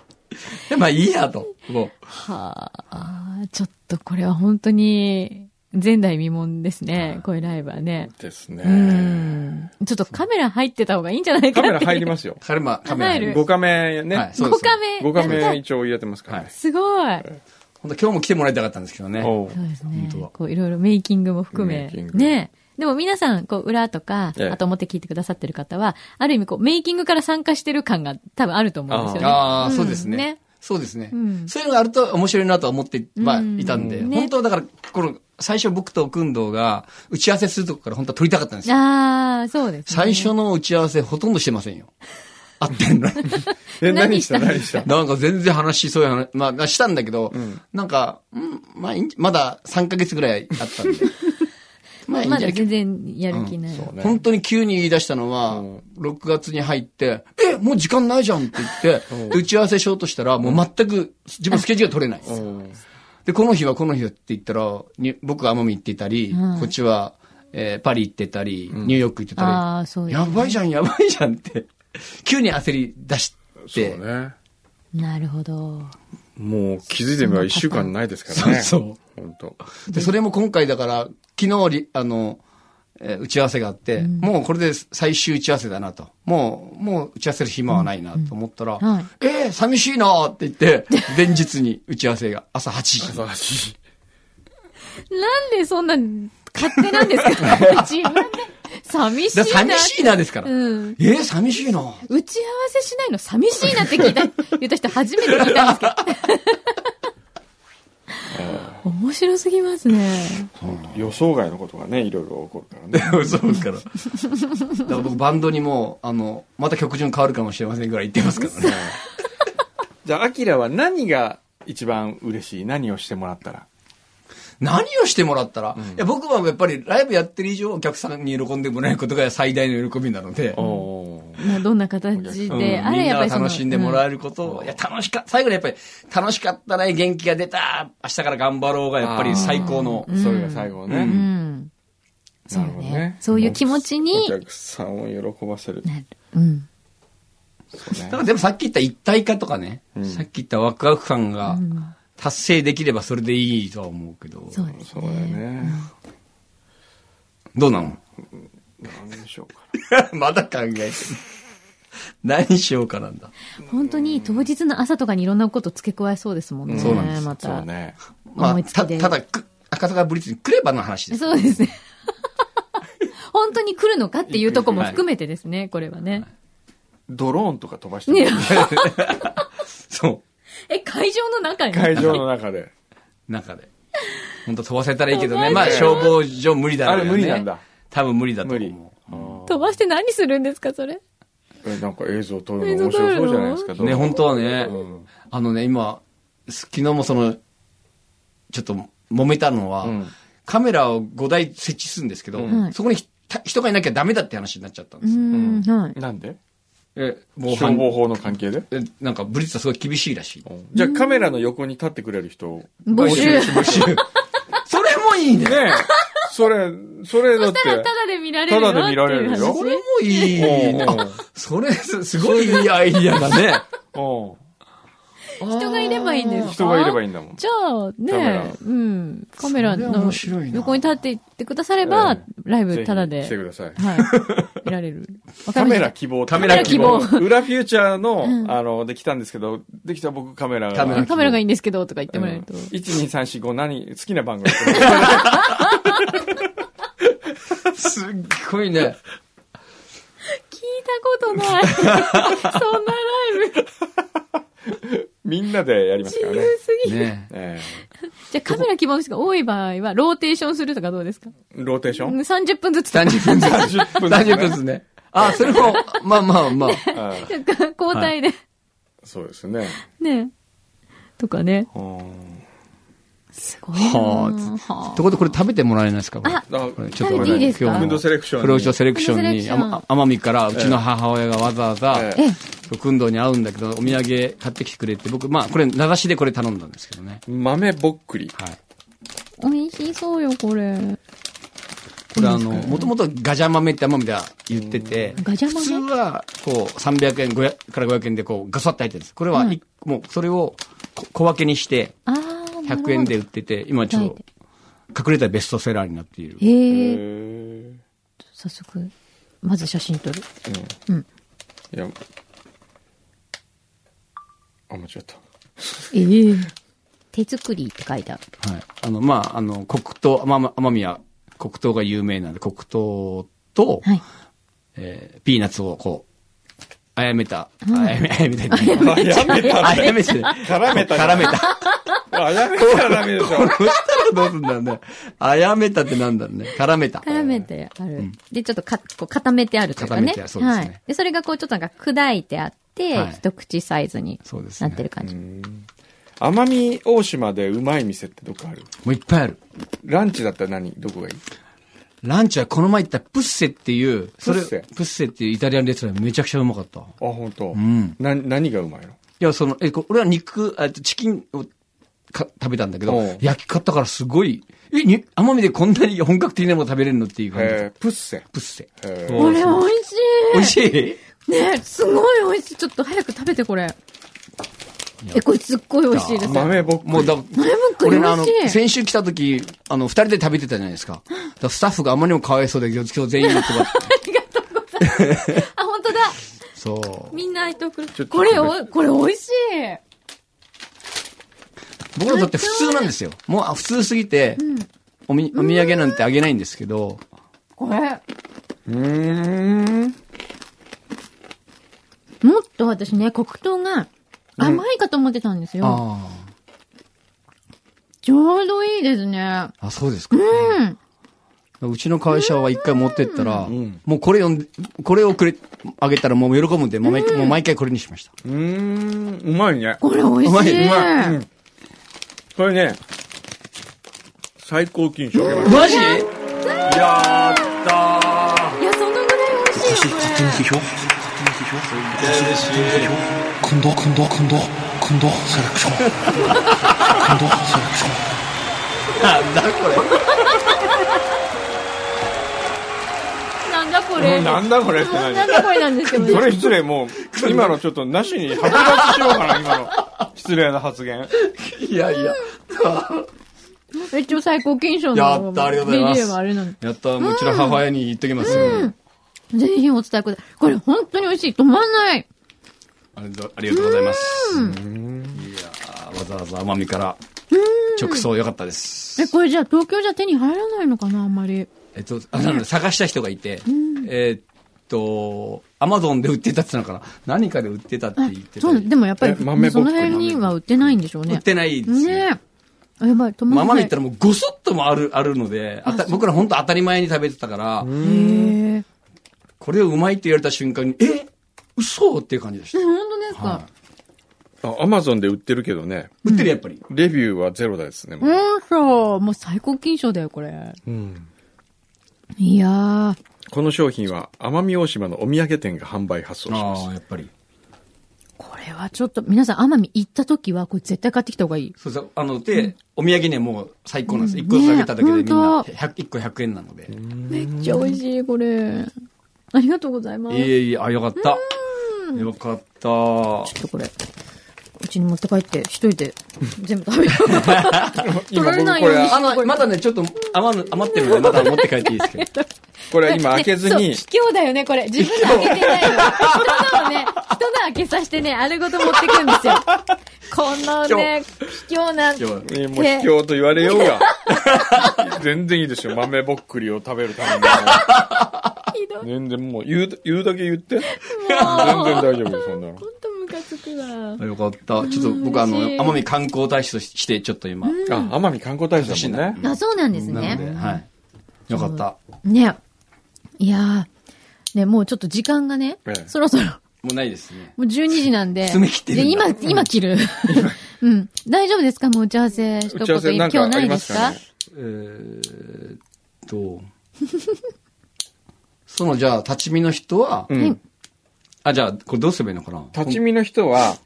[SPEAKER 3] で [laughs] まあいいやと。もう。
[SPEAKER 2] はあ、ちょっとこれは本当に前代未聞ですね。こういうライブはね。
[SPEAKER 1] です
[SPEAKER 2] う
[SPEAKER 1] ね。
[SPEAKER 2] ん。ちょっとカメラ入ってた方がいいんじゃない
[SPEAKER 1] カ
[SPEAKER 2] かっ
[SPEAKER 1] メ
[SPEAKER 2] て。
[SPEAKER 1] ラ入り
[SPEAKER 3] [laughs]
[SPEAKER 1] ますよ。
[SPEAKER 3] カルマ、カメラ
[SPEAKER 2] 入
[SPEAKER 3] に。
[SPEAKER 2] る
[SPEAKER 1] 5カメね。
[SPEAKER 3] はいそう
[SPEAKER 2] 5カメ。
[SPEAKER 1] 5カ
[SPEAKER 2] やっ
[SPEAKER 1] メ
[SPEAKER 2] た
[SPEAKER 1] 一応入れてますからね。
[SPEAKER 2] すごい。
[SPEAKER 3] 本当今日も来てもらいたかったんですけどね。
[SPEAKER 1] おう
[SPEAKER 2] そうですね
[SPEAKER 3] 本当は。
[SPEAKER 2] こういろいろメイキングも含め
[SPEAKER 1] メイキン。グ
[SPEAKER 2] ね。でも皆さん、こう、裏とか、
[SPEAKER 3] ええ
[SPEAKER 2] あと表聞いてくださってる方は、ある意味、こう、メイキングから参加してる感が多分あると思うんですよね。
[SPEAKER 3] ああ、
[SPEAKER 2] ん
[SPEAKER 3] そうですね。
[SPEAKER 2] ね。
[SPEAKER 3] そうですね、
[SPEAKER 2] うん
[SPEAKER 3] そういうのがあると面白いなとは思って、まあ、
[SPEAKER 2] うん
[SPEAKER 3] いたんで、
[SPEAKER 2] ね
[SPEAKER 3] 本当はだから、この、最初僕と工藤が打ち合わせするとこから本当は撮りたかったんですよ。
[SPEAKER 2] ああ、そうです、ね。
[SPEAKER 3] 最初の打ち合わせほとんどしてませんよ。あってんのに。
[SPEAKER 1] え、
[SPEAKER 2] 何
[SPEAKER 1] 何
[SPEAKER 2] し
[SPEAKER 1] したた何した
[SPEAKER 3] [laughs] なんか全然話しそうや話、まあ、したんだけど、
[SPEAKER 1] ん
[SPEAKER 3] なんか、うん、まあいいんじ、まだ3ヶ月ぐらいあっ
[SPEAKER 2] [laughs]
[SPEAKER 3] たんで。まあいいん
[SPEAKER 2] ま
[SPEAKER 3] じゃ
[SPEAKER 2] だ
[SPEAKER 3] ないか
[SPEAKER 2] 全然やる気ない。
[SPEAKER 1] そうね。
[SPEAKER 3] 本当に急に言い出したのは、
[SPEAKER 1] うん
[SPEAKER 3] 6月に入って、え、もう時間ないじゃんって言って、
[SPEAKER 1] うん
[SPEAKER 3] で打ち合わせしようとしたら、もう全く自分のスケジュールが取れない。 [laughs]
[SPEAKER 1] うん
[SPEAKER 3] で、この日はこの日はって言ったら、に僕は奄美行ってたり、
[SPEAKER 2] うん
[SPEAKER 3] こっちは、えーパリ行ってたり、ニューヨーク行ってたり、
[SPEAKER 2] ああ、そうです、
[SPEAKER 3] やばいじゃん、やばいじゃんって、急に焦り出し
[SPEAKER 1] そう
[SPEAKER 3] て、
[SPEAKER 1] ね。
[SPEAKER 2] なるほど。
[SPEAKER 1] もう気づいてみれば一週間ないですから
[SPEAKER 3] そう
[SPEAKER 1] ね。
[SPEAKER 3] そう。
[SPEAKER 1] 本当。
[SPEAKER 3] で、それも今回だから、昨日り、あの、えー打ち合わせがあって、もうこれで最終打ち合わせだなと。もう、もう打ち合わせる暇はないなと思ったら、
[SPEAKER 2] うんはい
[SPEAKER 3] えー、寂しいなって言って、前日に打ち合わせが朝8時。
[SPEAKER 1] 朝8時。
[SPEAKER 2] なんでそんな、勝手なんですか [laughs] 自分で。寂しい
[SPEAKER 3] だ
[SPEAKER 2] な。
[SPEAKER 3] 寂しいなですから。
[SPEAKER 2] うん。
[SPEAKER 3] えー、寂しいな
[SPEAKER 2] 打ち合わせしないの寂しいなって聞いた、言った人初めて聞いたんですけど。面白すぎますね。
[SPEAKER 1] 予想外のことがね、いろいろ起こる [laughs] からね。
[SPEAKER 3] そうですから。だから僕バンドにもう、あの、また曲順変わるかもしれませんぐらい言ってますからね。
[SPEAKER 1] じゃあ、アキラは何が一番嬉しい何をしてもらったら。
[SPEAKER 3] 何をしてもらったら、いや僕はやっぱりライブやってる以上お客さんに喜んでもらえることが最大の喜びなので、
[SPEAKER 1] おー
[SPEAKER 2] まあ、どんな形
[SPEAKER 3] うん
[SPEAKER 2] で、あ
[SPEAKER 3] み
[SPEAKER 2] れ
[SPEAKER 3] ん
[SPEAKER 2] やっ
[SPEAKER 3] な
[SPEAKER 2] ぱ
[SPEAKER 3] が
[SPEAKER 2] りその
[SPEAKER 3] 楽しんでもら
[SPEAKER 2] う。
[SPEAKER 3] えることを、いや、楽しか、最後にやっぱり、楽しかったね、元気が出た、明日から頑張ろうが、やっぱり最高の、
[SPEAKER 1] それが最後ね。
[SPEAKER 3] うん
[SPEAKER 2] うん。そう
[SPEAKER 1] なるほど
[SPEAKER 2] ね。そういう気持ちに
[SPEAKER 1] お、客さんを喜ばせる。
[SPEAKER 2] なる。うん。
[SPEAKER 1] そうね
[SPEAKER 3] だからでもさっき言った一体化とかね、
[SPEAKER 1] うん
[SPEAKER 3] さっき言ったワクワク感が
[SPEAKER 2] ん
[SPEAKER 3] 達成できればそれでいいとは思うけど、
[SPEAKER 2] そうです
[SPEAKER 1] そうだよ
[SPEAKER 2] ね。
[SPEAKER 1] ね。
[SPEAKER 3] どうなの
[SPEAKER 1] 何でしょうか。
[SPEAKER 3] まだ考えてる。 [laughs] 何しようかなんだ。
[SPEAKER 2] 本当に当日の朝とかにいろんなこと付け加えそうですもんね。
[SPEAKER 3] そうなんです
[SPEAKER 2] また。
[SPEAKER 1] そうね。
[SPEAKER 3] ま
[SPEAKER 2] 思
[SPEAKER 3] あ、
[SPEAKER 2] いつき
[SPEAKER 3] た
[SPEAKER 2] で
[SPEAKER 3] ただ、く赤坂ブリッジに来ればの話です。
[SPEAKER 2] そうですね。 [laughs] 本当に来るのかっていうとこも含めてですね、これはね。
[SPEAKER 1] ドローンとか飛ばして
[SPEAKER 2] ね
[SPEAKER 1] も
[SPEAKER 2] [laughs]
[SPEAKER 1] らう
[SPEAKER 3] そ
[SPEAKER 2] え、会場の中に
[SPEAKER 1] 会場の中で。
[SPEAKER 3] う。中で。本当飛ばせたらいいけどね。
[SPEAKER 2] 飛ば
[SPEAKER 3] まあ、
[SPEAKER 2] せ
[SPEAKER 3] 消防上無理だろうよね。
[SPEAKER 1] あれ無理なんだ。
[SPEAKER 3] 多分無理だと
[SPEAKER 1] 無理
[SPEAKER 3] 思う。。
[SPEAKER 2] 飛ばして何するんですか、それ。
[SPEAKER 1] えなんか映像撮るの面白そうじゃないですか。どう
[SPEAKER 3] ね、本当はね、
[SPEAKER 1] うん
[SPEAKER 3] あのね、今、昨日もその、ちょっと揉めたのは、
[SPEAKER 1] うん
[SPEAKER 3] カメラを5台設置するんですけど、
[SPEAKER 2] うん
[SPEAKER 3] そこにひた人がいなきゃダメだって話になっちゃったん
[SPEAKER 2] う
[SPEAKER 3] ですよ。
[SPEAKER 2] ん、はい。
[SPEAKER 1] なんで
[SPEAKER 3] え、防
[SPEAKER 1] 消防
[SPEAKER 3] 犯。
[SPEAKER 1] 法の関係で
[SPEAKER 3] えなんか、ブリッツはすごい厳しいらしい。
[SPEAKER 1] じゃあカメラの横に立ってくれる人を
[SPEAKER 2] 募集。
[SPEAKER 3] 募集。 [laughs] それもいいね。
[SPEAKER 1] ねえ、それ、それだって。
[SPEAKER 2] ただただで見られるよっていう話。
[SPEAKER 1] ただで見られるよ
[SPEAKER 3] それもいい。
[SPEAKER 1] うん
[SPEAKER 3] あそれす、すごいいいアイディアだ
[SPEAKER 1] [laughs]
[SPEAKER 3] ね。
[SPEAKER 1] うん
[SPEAKER 2] 人がいればいいんですか
[SPEAKER 1] 人がいれば
[SPEAKER 2] い
[SPEAKER 1] い
[SPEAKER 2] い。
[SPEAKER 1] いんだもん。
[SPEAKER 2] じゃあね、うん、カメラ
[SPEAKER 3] それは
[SPEAKER 2] の
[SPEAKER 3] 面白いな
[SPEAKER 2] 横に立っていってくだされば
[SPEAKER 1] え、
[SPEAKER 2] ライブ
[SPEAKER 1] ぜひ
[SPEAKER 2] ただ
[SPEAKER 1] 来てく
[SPEAKER 2] で、
[SPEAKER 1] ださい。
[SPEAKER 2] はい、見られる。わか
[SPEAKER 1] カ
[SPEAKER 2] りま
[SPEAKER 1] メ
[SPEAKER 2] した
[SPEAKER 1] ラ希望。
[SPEAKER 3] カメラ希
[SPEAKER 2] 望
[SPEAKER 1] 裏フューチャーの、
[SPEAKER 2] ん
[SPEAKER 1] あの、できたんですけど、できた僕カメラが。
[SPEAKER 3] カメラ
[SPEAKER 2] カメラがいいんですけど、とか言ってもらえると。
[SPEAKER 1] 1,2,3,4,5何、好きな番組。
[SPEAKER 3] [laughs] すっごいね。
[SPEAKER 2] 聞いたことない。そんなライブ、
[SPEAKER 1] みんなでやりますから
[SPEAKER 2] 自
[SPEAKER 1] ね。
[SPEAKER 2] 由すぎる。
[SPEAKER 3] ね
[SPEAKER 1] え
[SPEAKER 2] じゃあカメラ希望の人が多い場合は、ローテーションするとかどうですか
[SPEAKER 1] えローテーショ
[SPEAKER 3] [laughs]
[SPEAKER 2] うん
[SPEAKER 1] ン
[SPEAKER 2] ?30 分ずつとか。
[SPEAKER 3] 30分ずつ。
[SPEAKER 1] ?30 分
[SPEAKER 3] 大丈夫ですね。あ、それも、まあまあまあ。
[SPEAKER 2] [laughs]
[SPEAKER 1] ああ
[SPEAKER 2] なんか交代で。
[SPEAKER 1] そうですね。
[SPEAKER 2] ねとかね。
[SPEAKER 1] うん
[SPEAKER 2] すごいな
[SPEAKER 3] は
[SPEAKER 2] あはあ
[SPEAKER 3] ところでこれ食べてもらえないですかこれ
[SPEAKER 2] あ
[SPEAKER 1] だ
[SPEAKER 3] こ
[SPEAKER 1] か
[SPEAKER 3] れ
[SPEAKER 1] ら
[SPEAKER 3] ちょっとこ
[SPEAKER 2] 食べてい
[SPEAKER 3] れ
[SPEAKER 2] いですか
[SPEAKER 3] 今日
[SPEAKER 1] フー
[SPEAKER 3] も
[SPEAKER 1] ドセレクションに。
[SPEAKER 3] プロジョセレクショ
[SPEAKER 2] フードセ
[SPEAKER 3] ン
[SPEAKER 2] レクシ
[SPEAKER 3] に、
[SPEAKER 2] ョ
[SPEAKER 3] あ
[SPEAKER 2] ン
[SPEAKER 3] ま奄美からうちの母親がわざわざ
[SPEAKER 1] え、
[SPEAKER 2] ええ、
[SPEAKER 3] 僕んどに会うんだけど、お土産買ってきてくれって、僕、まあこれ、名指しでこれ頼んだんですけどね。
[SPEAKER 1] 豆ぼっくり。
[SPEAKER 3] はい。
[SPEAKER 2] 美味しそうよ、これ。
[SPEAKER 3] これあの、もともとガジャ豆って奄美では言ってて、
[SPEAKER 2] ガジャ
[SPEAKER 3] 普通
[SPEAKER 2] 豆
[SPEAKER 3] は、こう、300円500から500円で、こう、ガサッと入ってるんです。これは、いもう、それをこ小分けにして、
[SPEAKER 2] あー、なるほど
[SPEAKER 3] 100円で売ってて、今ちょっ
[SPEAKER 2] は
[SPEAKER 3] と、隠れたベストセラーになっている。
[SPEAKER 2] へえ、
[SPEAKER 1] へ
[SPEAKER 2] 早速、まず写真撮る。
[SPEAKER 1] え
[SPEAKER 2] うん。
[SPEAKER 1] いや。あ、間違った。
[SPEAKER 2] ええ手作りって書いてある。
[SPEAKER 3] はい。あの、まあ、あの、コクと、まあ、奄美は、黒糖が有名なんで、黒糖と、
[SPEAKER 2] はい。
[SPEAKER 3] えーピーナッツをこう、あやめた、
[SPEAKER 2] うん
[SPEAKER 3] あやめ、あやめたじゃない、
[SPEAKER 1] やめた
[SPEAKER 3] あやめて、
[SPEAKER 1] 絡めたじゃ
[SPEAKER 3] 絡
[SPEAKER 1] ん
[SPEAKER 3] めた。
[SPEAKER 1] あやめたらダメでし
[SPEAKER 3] [laughs]
[SPEAKER 1] ょ。
[SPEAKER 3] そしたらどうすんだろうね。あやめたってなんだろうね。絡めた。
[SPEAKER 2] 絡めてある。で、ちょっとかこう固めてあるというか
[SPEAKER 3] 固め
[SPEAKER 2] ね。
[SPEAKER 3] てあるそうですね
[SPEAKER 2] はい。で、それがこうちょっとなんか砕いてあって、
[SPEAKER 3] はい
[SPEAKER 2] 一口サイズに
[SPEAKER 3] そうです
[SPEAKER 2] な
[SPEAKER 3] ね
[SPEAKER 2] ってる感じ。
[SPEAKER 1] 奄美大島でうまい店ってどこある
[SPEAKER 3] もういっぱいある。
[SPEAKER 1] ランチだったら何どこがいい
[SPEAKER 3] ランチはこの前行ったプッセっていう、それ、
[SPEAKER 1] プッセ
[SPEAKER 3] プッセっていうイタリアンレストランめちゃくちゃうまかった。い
[SPEAKER 1] あ、本当。
[SPEAKER 3] ん
[SPEAKER 1] な、何がうまいの
[SPEAKER 3] や、その、え、こ俺は肉、あチキンをか食べたんだけ
[SPEAKER 1] お
[SPEAKER 3] ど
[SPEAKER 1] う、
[SPEAKER 3] 焼き方からすごい、え、に、奄美でこんなに本格的なもの食べれるのっていう感じだった。
[SPEAKER 1] えー、プッセ。
[SPEAKER 3] プッセ。
[SPEAKER 1] え
[SPEAKER 3] う
[SPEAKER 1] ー
[SPEAKER 3] ん
[SPEAKER 2] これ美味しい
[SPEAKER 3] 美味しい
[SPEAKER 2] ねすごい美味しい。ちょっと早く食べてこれ。え、これすっごい美味しいです。
[SPEAKER 1] 豆ぼっくり
[SPEAKER 3] もうだ、
[SPEAKER 2] 豆もくり
[SPEAKER 3] 俺のあの
[SPEAKER 2] 美味しい、
[SPEAKER 3] 先週来た時、あの、二人で食べてたじゃないで
[SPEAKER 2] [gasps]
[SPEAKER 3] すか。だからスタッフがあまりにもかわいそうで、今日全員に配って。
[SPEAKER 2] あ、本当だ。 [laughs]
[SPEAKER 3] そう。
[SPEAKER 2] みんな愛とく
[SPEAKER 1] ちょ
[SPEAKER 2] る。
[SPEAKER 1] っと
[SPEAKER 2] これお、これ美味しい。
[SPEAKER 3] 僕らにとって普通なんですよ。もうあ普通すぎて、おみ、お土産なんてあげないんですけど、
[SPEAKER 2] これ、
[SPEAKER 1] うーん。
[SPEAKER 2] もっと私ね、黒糖が甘いかと思ってたんですよ。
[SPEAKER 3] あ
[SPEAKER 2] ちょうどいいですね。
[SPEAKER 3] あ、あ、そうですか。
[SPEAKER 2] うん。
[SPEAKER 3] うちの会社は一回持ってったら、
[SPEAKER 1] ん
[SPEAKER 3] もうこれ読んで、これをくれ、あげたらもう喜ぶんで、もう毎もう毎回これにしました。
[SPEAKER 1] うーん。うまいね。
[SPEAKER 2] これ美
[SPEAKER 3] うま
[SPEAKER 2] 味しい。
[SPEAKER 3] いうま
[SPEAKER 1] うん。これね、最高金賞。や
[SPEAKER 3] マジ
[SPEAKER 1] ったー。
[SPEAKER 2] いや、そのぐらい美味しいよ、これ。
[SPEAKER 4] 評勝手な批評今度今度今度今度セレクション今度セレクション
[SPEAKER 3] なんだこれ。
[SPEAKER 2] なんだこ
[SPEAKER 1] なんだこれっ
[SPEAKER 2] れ。
[SPEAKER 1] て何
[SPEAKER 2] なんだこれなんですけどね
[SPEAKER 1] そ。れ失礼、もう、今のちょっとなしに剥奪しようかな、今の。失礼な発言。
[SPEAKER 3] いやいや。
[SPEAKER 2] 一応最高金賞の。
[SPEAKER 3] やった、ありがとうございます
[SPEAKER 2] DJ はあれなん。。
[SPEAKER 3] やった、もううちの母親に言っときます。
[SPEAKER 2] ぜひお伝えください。これ本当に美味しい。止まんない。
[SPEAKER 3] ありがとありがとうございます。いやーわざわざ奄美から直送良かったです。
[SPEAKER 2] え、これじゃあ東京じゃ手に入らないのかな、あんまり。
[SPEAKER 3] えっと、あなので探した人がいて、えーっと、アマゾンで売ってたって言ったのかな何かで売ってたって言ってた
[SPEAKER 2] そうなん
[SPEAKER 3] り。
[SPEAKER 2] でもやっぱり、
[SPEAKER 1] え
[SPEAKER 2] そ
[SPEAKER 1] 豆
[SPEAKER 2] の
[SPEAKER 1] ぼっくり
[SPEAKER 2] 辺には売ってないんでしょう
[SPEAKER 3] 売
[SPEAKER 2] ね
[SPEAKER 3] っ。てないですね。
[SPEAKER 2] ねえ。やばい、止ま
[SPEAKER 3] ま
[SPEAKER 2] んな
[SPEAKER 3] まで
[SPEAKER 2] い。
[SPEAKER 3] 言ったらもうごそっともある、あるので、あた僕ら本当当たり前に食べてたから、
[SPEAKER 2] へえ。
[SPEAKER 3] これをうまいって言われた瞬間に、え嘘っていう感じでした。
[SPEAKER 2] 本当ですか、
[SPEAKER 3] は
[SPEAKER 1] あ、アマゾンで売ってるけどね、
[SPEAKER 3] い売ってるやっぱり。
[SPEAKER 1] レビューはゼロですね。もう
[SPEAKER 2] うん、そう。もう最高金賞だよ、これ。
[SPEAKER 1] うん
[SPEAKER 2] いやー。
[SPEAKER 1] この商品は、奄美大島のお土産店が販売発送しま
[SPEAKER 3] あ
[SPEAKER 1] す
[SPEAKER 3] あ、。やっぱり。
[SPEAKER 2] これはちょっと、皆さん、奄美行った時は、これ絶対買ってきた方がいい。
[SPEAKER 3] そうそう。あの、で、お土産にはもう最高なんです。1個ずつあげただけでみんな、
[SPEAKER 2] 本当
[SPEAKER 3] 100 1個100円なので。
[SPEAKER 2] めっちゃ美味しい、これ。ありがとうございます。
[SPEAKER 3] いえいえ、あ、よかった。よかった。
[SPEAKER 2] ちょっとこれ、うちに持って帰って、一人で全部食べよう。
[SPEAKER 3] [laughs]
[SPEAKER 2] 取られないように
[SPEAKER 3] あの、まだね、ちょっと余る余ってるので、まだ持って帰っていいですけど。
[SPEAKER 1] これ今開けず
[SPEAKER 2] ね
[SPEAKER 1] に、
[SPEAKER 2] そう卑怯だよね、これ。自分で開けてないの。人のをね、人の開けさせてね、あれごと持ってくんですよ。このね、卑怯な。
[SPEAKER 3] 今日
[SPEAKER 1] えーもう卑怯と言われようが、全然いいですよ。豆ぼっくりを食べるために
[SPEAKER 2] ひどい。
[SPEAKER 1] 全然もう言う、言うだけ言って。全
[SPEAKER 2] もう、
[SPEAKER 1] 然大丈夫です、そんなの
[SPEAKER 2] ほ。んとムカつくな。
[SPEAKER 3] よかった。ちょっと僕、あの、
[SPEAKER 2] 嬉しい
[SPEAKER 3] 奄美観光大使として、ちょっと今、
[SPEAKER 1] あ、奄美観光大使だもんね。
[SPEAKER 2] あ、そうなんです
[SPEAKER 3] なので、
[SPEAKER 2] ね。
[SPEAKER 3] はい。よかった。
[SPEAKER 2] ね。いやー。ね、もうちょっと時間がね
[SPEAKER 1] ええ、
[SPEAKER 2] そろそろ、
[SPEAKER 3] もうないですね。
[SPEAKER 2] もう12時なんで。
[SPEAKER 3] 詰め切ってるんだ
[SPEAKER 2] で今、今切る。 [laughs] うん。大丈夫ですかもう打ち合わせ一
[SPEAKER 1] 打ち合わせ
[SPEAKER 2] 言。
[SPEAKER 1] な
[SPEAKER 2] 今
[SPEAKER 1] んかあ
[SPEAKER 2] 日ない
[SPEAKER 1] りま
[SPEAKER 2] ですす
[SPEAKER 1] か
[SPEAKER 2] か
[SPEAKER 1] ね
[SPEAKER 3] えーっと、 [laughs] その、じゃあ、立ち見の人は、
[SPEAKER 1] うん。
[SPEAKER 3] あ、じゃあ、これどうすればいいのかな
[SPEAKER 1] 立ち見の人は、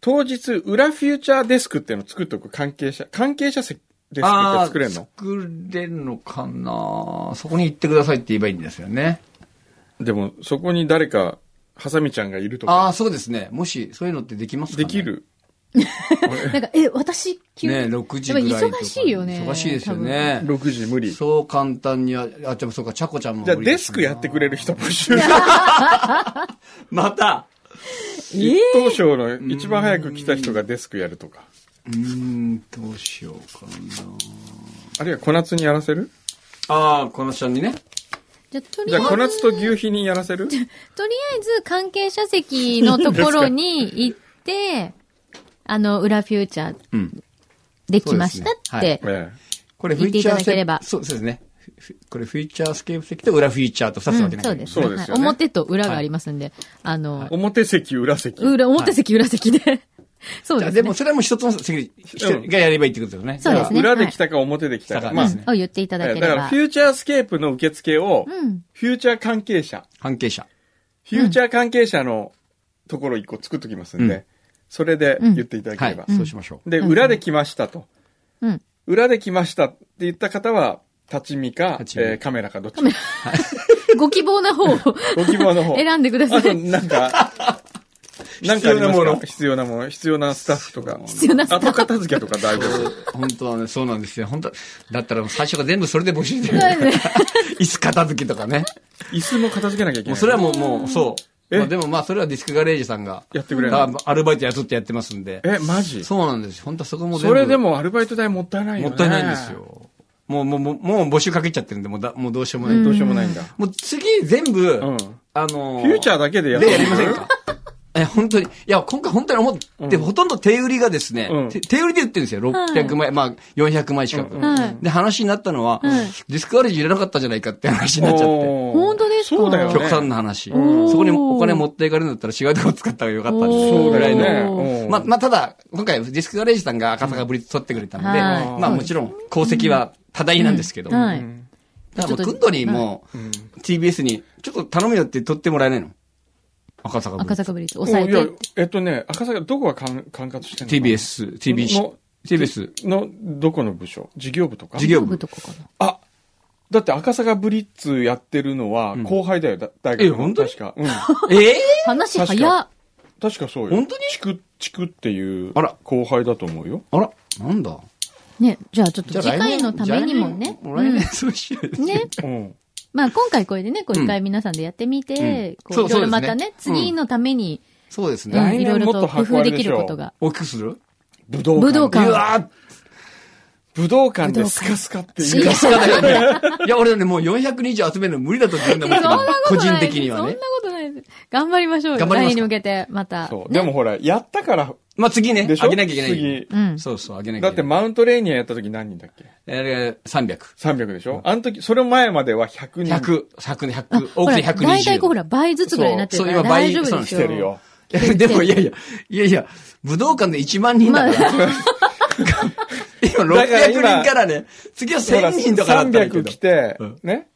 [SPEAKER 1] 当日、裏フューチャーデスクっていうのを作っとく関係者、関係者席デスクって作れる
[SPEAKER 3] あ
[SPEAKER 1] の
[SPEAKER 3] ー作れんのかなそこに行ってくださいって言えばいいんですよね。
[SPEAKER 1] でも、そこに誰か、ハサミちゃんがいると
[SPEAKER 3] あ
[SPEAKER 1] か、
[SPEAKER 3] あ、そうですね。もし、そういうのってできますかね
[SPEAKER 1] できる。
[SPEAKER 2] なんか、え、私、急に
[SPEAKER 3] ね6時ぐらいとか
[SPEAKER 2] やっぱ忙しいよね。
[SPEAKER 3] 忙しいですよね。
[SPEAKER 1] 6時無理。じ
[SPEAKER 3] そう簡単には、あ、でもそうか、ちゃこちゃんも
[SPEAKER 1] ゃ
[SPEAKER 3] 無
[SPEAKER 1] あ、
[SPEAKER 3] 理
[SPEAKER 1] デ
[SPEAKER 3] です
[SPEAKER 1] ス
[SPEAKER 3] ね
[SPEAKER 1] クやってくれる人募集。
[SPEAKER 3] また
[SPEAKER 1] 一等賞の一番早く来た人がデスクやるとか。
[SPEAKER 3] うーん、どうしようかな
[SPEAKER 1] あるいは小夏にやらせる
[SPEAKER 3] ああ、この人にね。
[SPEAKER 2] じゃあ、とり
[SPEAKER 1] じ
[SPEAKER 2] あ
[SPEAKER 1] ゃあ、小
[SPEAKER 2] えず、
[SPEAKER 1] 夏と牛皮にやらせる
[SPEAKER 2] とりあえず関係者席のところに行 [laughs] って、あの、裏フューチャー
[SPEAKER 3] うん。
[SPEAKER 2] できましたって、
[SPEAKER 3] そうです
[SPEAKER 1] え
[SPEAKER 3] これフ
[SPEAKER 2] 言
[SPEAKER 3] ュ
[SPEAKER 2] って
[SPEAKER 3] ー
[SPEAKER 2] い
[SPEAKER 3] チ
[SPEAKER 2] た
[SPEAKER 3] ャ
[SPEAKER 2] だ
[SPEAKER 3] ー
[SPEAKER 2] ければ
[SPEAKER 3] 席。そうそうですね。ふこれフューチャースケープ席と裏フューチャーと二つなわけ
[SPEAKER 2] うん
[SPEAKER 3] ね。
[SPEAKER 2] そうです
[SPEAKER 1] そう
[SPEAKER 2] ね。
[SPEAKER 1] ですよね
[SPEAKER 2] はい表と裏がありますんで、あの、
[SPEAKER 1] え表席、裏席。
[SPEAKER 2] 裏、表席、裏席で。 [laughs] そう
[SPEAKER 3] じ
[SPEAKER 2] で
[SPEAKER 3] ゃあ
[SPEAKER 2] す
[SPEAKER 3] で
[SPEAKER 2] ね
[SPEAKER 3] も。それはもう一つの席がやればいいってことですよね。
[SPEAKER 2] そうですね
[SPEAKER 1] 裏で来たか表で来たか。
[SPEAKER 3] はい
[SPEAKER 1] まあ、
[SPEAKER 3] そうですね
[SPEAKER 2] を言っていただ
[SPEAKER 1] ええ
[SPEAKER 2] け
[SPEAKER 1] だ
[SPEAKER 2] れ
[SPEAKER 1] から、
[SPEAKER 2] ば
[SPEAKER 1] フ。ューチャースケープの受付を、
[SPEAKER 2] うん。
[SPEAKER 1] フューチャー関係者、
[SPEAKER 3] 関係者。
[SPEAKER 1] フューチャー関係者のところ一個作っときますんで、
[SPEAKER 3] うん
[SPEAKER 1] それで言っていただけ
[SPEAKER 3] は
[SPEAKER 1] れ
[SPEAKER 3] い
[SPEAKER 1] ば。。
[SPEAKER 3] そうしましょう。
[SPEAKER 1] で、裏で来ましたと。
[SPEAKER 2] うん。
[SPEAKER 1] 裏で来ましたって言った方は、立ち見か、え
[SPEAKER 3] 立ち見
[SPEAKER 1] ーカメラかどっちか。
[SPEAKER 2] ご希望な方 [laughs] を
[SPEAKER 1] ご希望の方。
[SPEAKER 2] 選んでくださ
[SPEAKER 1] あと、
[SPEAKER 2] い。
[SPEAKER 1] なんか、 [laughs] なんかありますか必要なもの。必要なスタッフとか。
[SPEAKER 2] 必要なスタッフ
[SPEAKER 1] 後片付けとか大丈
[SPEAKER 2] [laughs]
[SPEAKER 1] 夫。
[SPEAKER 3] 本当はね、そうなんですよ。本当だったらもう最初から全部それで募集してる
[SPEAKER 2] そうですね。
[SPEAKER 3] [laughs] 椅子片付けとかね。
[SPEAKER 1] 椅子も片付けなきゃいけな
[SPEAKER 3] もう
[SPEAKER 1] い。
[SPEAKER 3] それはもう、もう、そう。
[SPEAKER 1] え
[SPEAKER 3] まあでもまあ、それはディスクガレージさんが。
[SPEAKER 1] やってくれる
[SPEAKER 3] あ
[SPEAKER 1] の。
[SPEAKER 3] アルバイト雇ってやってますんで。
[SPEAKER 1] え、マジそ
[SPEAKER 3] そうなんですよ。本当はそこも全部
[SPEAKER 1] れで。もアルバイト代もったいないよね。
[SPEAKER 3] もったいないんです。よ。もう、もう、もう、もう募集かけちゃってるんで、もうだ、もうどうしようもない。
[SPEAKER 1] どうしようもないんだ。
[SPEAKER 3] もう次全部、
[SPEAKER 1] うん。
[SPEAKER 3] あの
[SPEAKER 1] フューチャーだけでや
[SPEAKER 3] ー
[SPEAKER 1] って
[SPEAKER 3] でやりませんかえ、本当に。いや、今回本当に思って、
[SPEAKER 1] うん
[SPEAKER 3] ほとんど手売りがですね、
[SPEAKER 1] うん
[SPEAKER 3] て手売りで売ってるんですよ。600枚、まあ、400枚近く。
[SPEAKER 1] うん
[SPEAKER 2] はい。
[SPEAKER 3] で、話になったのは、ディスクガレージ入れなかったじゃないかって話になっちゃって。
[SPEAKER 1] おー
[SPEAKER 2] 本当ですか
[SPEAKER 1] そうだよね。
[SPEAKER 3] 極端な話。
[SPEAKER 2] うん
[SPEAKER 3] そこにお金持っていかれるんだったら違うとこ使った方がよかったんで
[SPEAKER 2] おー
[SPEAKER 1] そう
[SPEAKER 3] ぐ
[SPEAKER 1] だ
[SPEAKER 3] らい
[SPEAKER 1] よね
[SPEAKER 3] の。
[SPEAKER 1] うん。
[SPEAKER 3] まあ、まあ、ただ、今回ディスクガレージさんが赤坂ぶり取ってくれたので、
[SPEAKER 2] はい
[SPEAKER 3] まあもちろん功績は多大なんですけど、
[SPEAKER 2] うんは
[SPEAKER 1] う
[SPEAKER 2] い
[SPEAKER 1] ん
[SPEAKER 3] ただもうクンドにもう TBS にちょっと頼むよって取ってもらえないの赤坂ぶり
[SPEAKER 2] 赤。坂ブリッジ抑えて。
[SPEAKER 1] いや、えっとね、赤坂、どこが管管轄してるの
[SPEAKER 3] TBS、TBC
[SPEAKER 1] の、
[SPEAKER 3] TBS、
[SPEAKER 1] の、どこの部署事業部とか
[SPEAKER 3] 事業
[SPEAKER 2] 部
[SPEAKER 3] 部。
[SPEAKER 2] とかかな。
[SPEAKER 1] あ、だって赤坂ブリッツやってるのは後輩だよ、だ大学の。
[SPEAKER 3] え本当に
[SPEAKER 1] 確か。うん。
[SPEAKER 3] ええ
[SPEAKER 2] 話
[SPEAKER 1] 確
[SPEAKER 2] 早っ
[SPEAKER 1] か。確かそうよ。
[SPEAKER 3] 本当に
[SPEAKER 1] 地区、地区っていう
[SPEAKER 3] あら
[SPEAKER 1] 後輩だと思うよ。
[SPEAKER 3] あら、なんだ
[SPEAKER 2] ね、じゃあちょっ
[SPEAKER 3] じ
[SPEAKER 2] と
[SPEAKER 3] ゃあ
[SPEAKER 2] 次
[SPEAKER 3] 来
[SPEAKER 2] 回
[SPEAKER 3] 年
[SPEAKER 2] のためにもね。
[SPEAKER 3] じゃあ来年来年そうしよう
[SPEAKER 2] うんね。
[SPEAKER 1] うん。
[SPEAKER 2] まあ今回これでね、こう一回皆さんでやってみて、こ
[SPEAKER 3] そうう
[SPEAKER 2] いろいろ
[SPEAKER 3] そうです
[SPEAKER 2] ま
[SPEAKER 3] ね
[SPEAKER 2] たね、次のために、
[SPEAKER 3] そうです
[SPEAKER 2] う
[SPEAKER 3] ね。
[SPEAKER 2] ん
[SPEAKER 1] 来
[SPEAKER 2] いろい
[SPEAKER 1] 年
[SPEAKER 2] ろ
[SPEAKER 1] もっと
[SPEAKER 2] と工
[SPEAKER 1] 箱
[SPEAKER 2] 夫
[SPEAKER 1] あれ
[SPEAKER 2] で
[SPEAKER 1] で
[SPEAKER 2] き
[SPEAKER 1] しょ
[SPEAKER 2] ることが。
[SPEAKER 3] 大きくする
[SPEAKER 1] 武道館。
[SPEAKER 2] 武道館
[SPEAKER 3] うわー
[SPEAKER 1] 武道館でスカスカっていう。
[SPEAKER 3] 確かだよね。いや、俺はね、もう400人以上集めるの無理だと自分で思ってる
[SPEAKER 2] そんなこ
[SPEAKER 3] 個
[SPEAKER 2] とな
[SPEAKER 3] 人
[SPEAKER 2] いです
[SPEAKER 3] 的には
[SPEAKER 2] そ
[SPEAKER 3] ね
[SPEAKER 2] んな。ことないです。頑張りましょうよ。
[SPEAKER 3] 頑張りま
[SPEAKER 2] 来年
[SPEAKER 3] すか
[SPEAKER 2] に向けて、また。
[SPEAKER 1] そう。
[SPEAKER 2] ね
[SPEAKER 1] でもほら、やったから、
[SPEAKER 3] まあ次ね、
[SPEAKER 1] でしょ
[SPEAKER 3] あげなきゃいけない。
[SPEAKER 1] 次
[SPEAKER 2] うん。
[SPEAKER 3] そうそう、あげなきゃ
[SPEAKER 1] だ
[SPEAKER 3] い
[SPEAKER 1] って
[SPEAKER 3] けない。
[SPEAKER 1] マウントレーニアやった時何人だっけ
[SPEAKER 3] あれ300。
[SPEAKER 1] 300でしょあの時、それ前までは100人。
[SPEAKER 3] 100、100ね、
[SPEAKER 2] あ
[SPEAKER 3] 100、多くて120。
[SPEAKER 2] ほら大体こうほら、倍ずつぐらいになってるか
[SPEAKER 3] そ
[SPEAKER 2] ら
[SPEAKER 3] うそう今倍
[SPEAKER 2] 大丈夫で
[SPEAKER 3] 来
[SPEAKER 2] す
[SPEAKER 1] 来
[SPEAKER 2] よ。
[SPEAKER 1] てるよ。
[SPEAKER 3] いや [laughs] でも、いやいや、いやいや、武道館で1万人だから。今
[SPEAKER 1] だから
[SPEAKER 3] 600人
[SPEAKER 1] 今
[SPEAKER 3] からね、次は1000人とかだったらいいけ
[SPEAKER 1] 300
[SPEAKER 3] ど
[SPEAKER 1] 来。て
[SPEAKER 3] うん、
[SPEAKER 1] ね。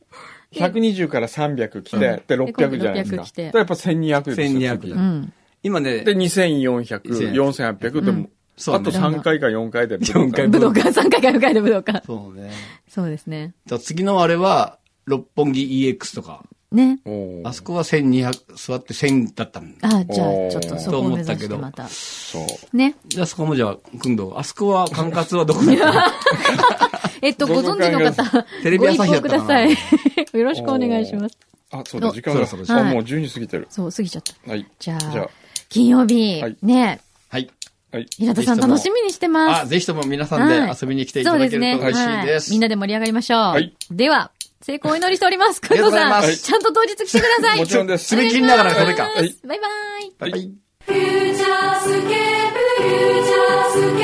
[SPEAKER 1] 120から300来て、で600じゃないですか。
[SPEAKER 2] 600来て
[SPEAKER 1] だからやっぱ1200ですよ。
[SPEAKER 3] 1200
[SPEAKER 1] 次
[SPEAKER 2] う。ん。
[SPEAKER 3] 今ね
[SPEAKER 1] で、、2400、4800でも、
[SPEAKER 3] そう
[SPEAKER 1] あと3回か4回で。
[SPEAKER 3] 4回
[SPEAKER 2] 武道館、3回か4回で武道館。
[SPEAKER 3] そうね。
[SPEAKER 2] そうですね。
[SPEAKER 3] だから次のあれは、六本木 EX とか、
[SPEAKER 2] ね。
[SPEAKER 1] おー
[SPEAKER 3] あそこは1200、座って1000だったの。
[SPEAKER 2] あじゃあ
[SPEAKER 1] おー、
[SPEAKER 2] ちょっとそこを目指してまた。
[SPEAKER 1] そう。
[SPEAKER 2] ね。
[SPEAKER 3] じゃあそこもじゃあ、くんど、あそこは管轄はどこ
[SPEAKER 2] [laughs]
[SPEAKER 3] だったの
[SPEAKER 2] えっと、ご存知の方、
[SPEAKER 3] テレビ朝日
[SPEAKER 2] ご一
[SPEAKER 3] だ
[SPEAKER 2] 報
[SPEAKER 3] っ
[SPEAKER 2] く
[SPEAKER 3] たか
[SPEAKER 2] ださ
[SPEAKER 3] な
[SPEAKER 2] い。よろしくお願いします。
[SPEAKER 1] あ、そうだ、
[SPEAKER 2] お
[SPEAKER 1] 時間が。
[SPEAKER 3] そろ
[SPEAKER 2] そろ
[SPEAKER 1] あ
[SPEAKER 2] はい
[SPEAKER 1] もう12過ぎてる。
[SPEAKER 2] そう、過ぎちゃった。
[SPEAKER 1] はい。
[SPEAKER 2] じゃ
[SPEAKER 1] じゃあ
[SPEAKER 2] あ、金曜日
[SPEAKER 1] はい、
[SPEAKER 2] ね、
[SPEAKER 3] はい。
[SPEAKER 1] はい。
[SPEAKER 2] 平田さん
[SPEAKER 3] ぜひとも
[SPEAKER 2] 楽しみにしてます
[SPEAKER 3] あ、。ぜひとも皆さんで
[SPEAKER 2] はい
[SPEAKER 3] 遊びに来ていただけると嬉しいです。
[SPEAKER 2] はみんなで盛り上がりましょう。
[SPEAKER 1] はい
[SPEAKER 2] では、成功をお祈りしております。加藤
[SPEAKER 3] ありがとうご
[SPEAKER 2] さん、
[SPEAKER 3] ざいます
[SPEAKER 2] ちゃんと当日来てください。
[SPEAKER 1] もちろんです
[SPEAKER 3] 締め切りながらこれか
[SPEAKER 2] お願いしますバイバ
[SPEAKER 1] は
[SPEAKER 2] イ。
[SPEAKER 1] い
[SPEAKER 3] はい
[SPEAKER 5] 「フューチャースケープフューチャースケ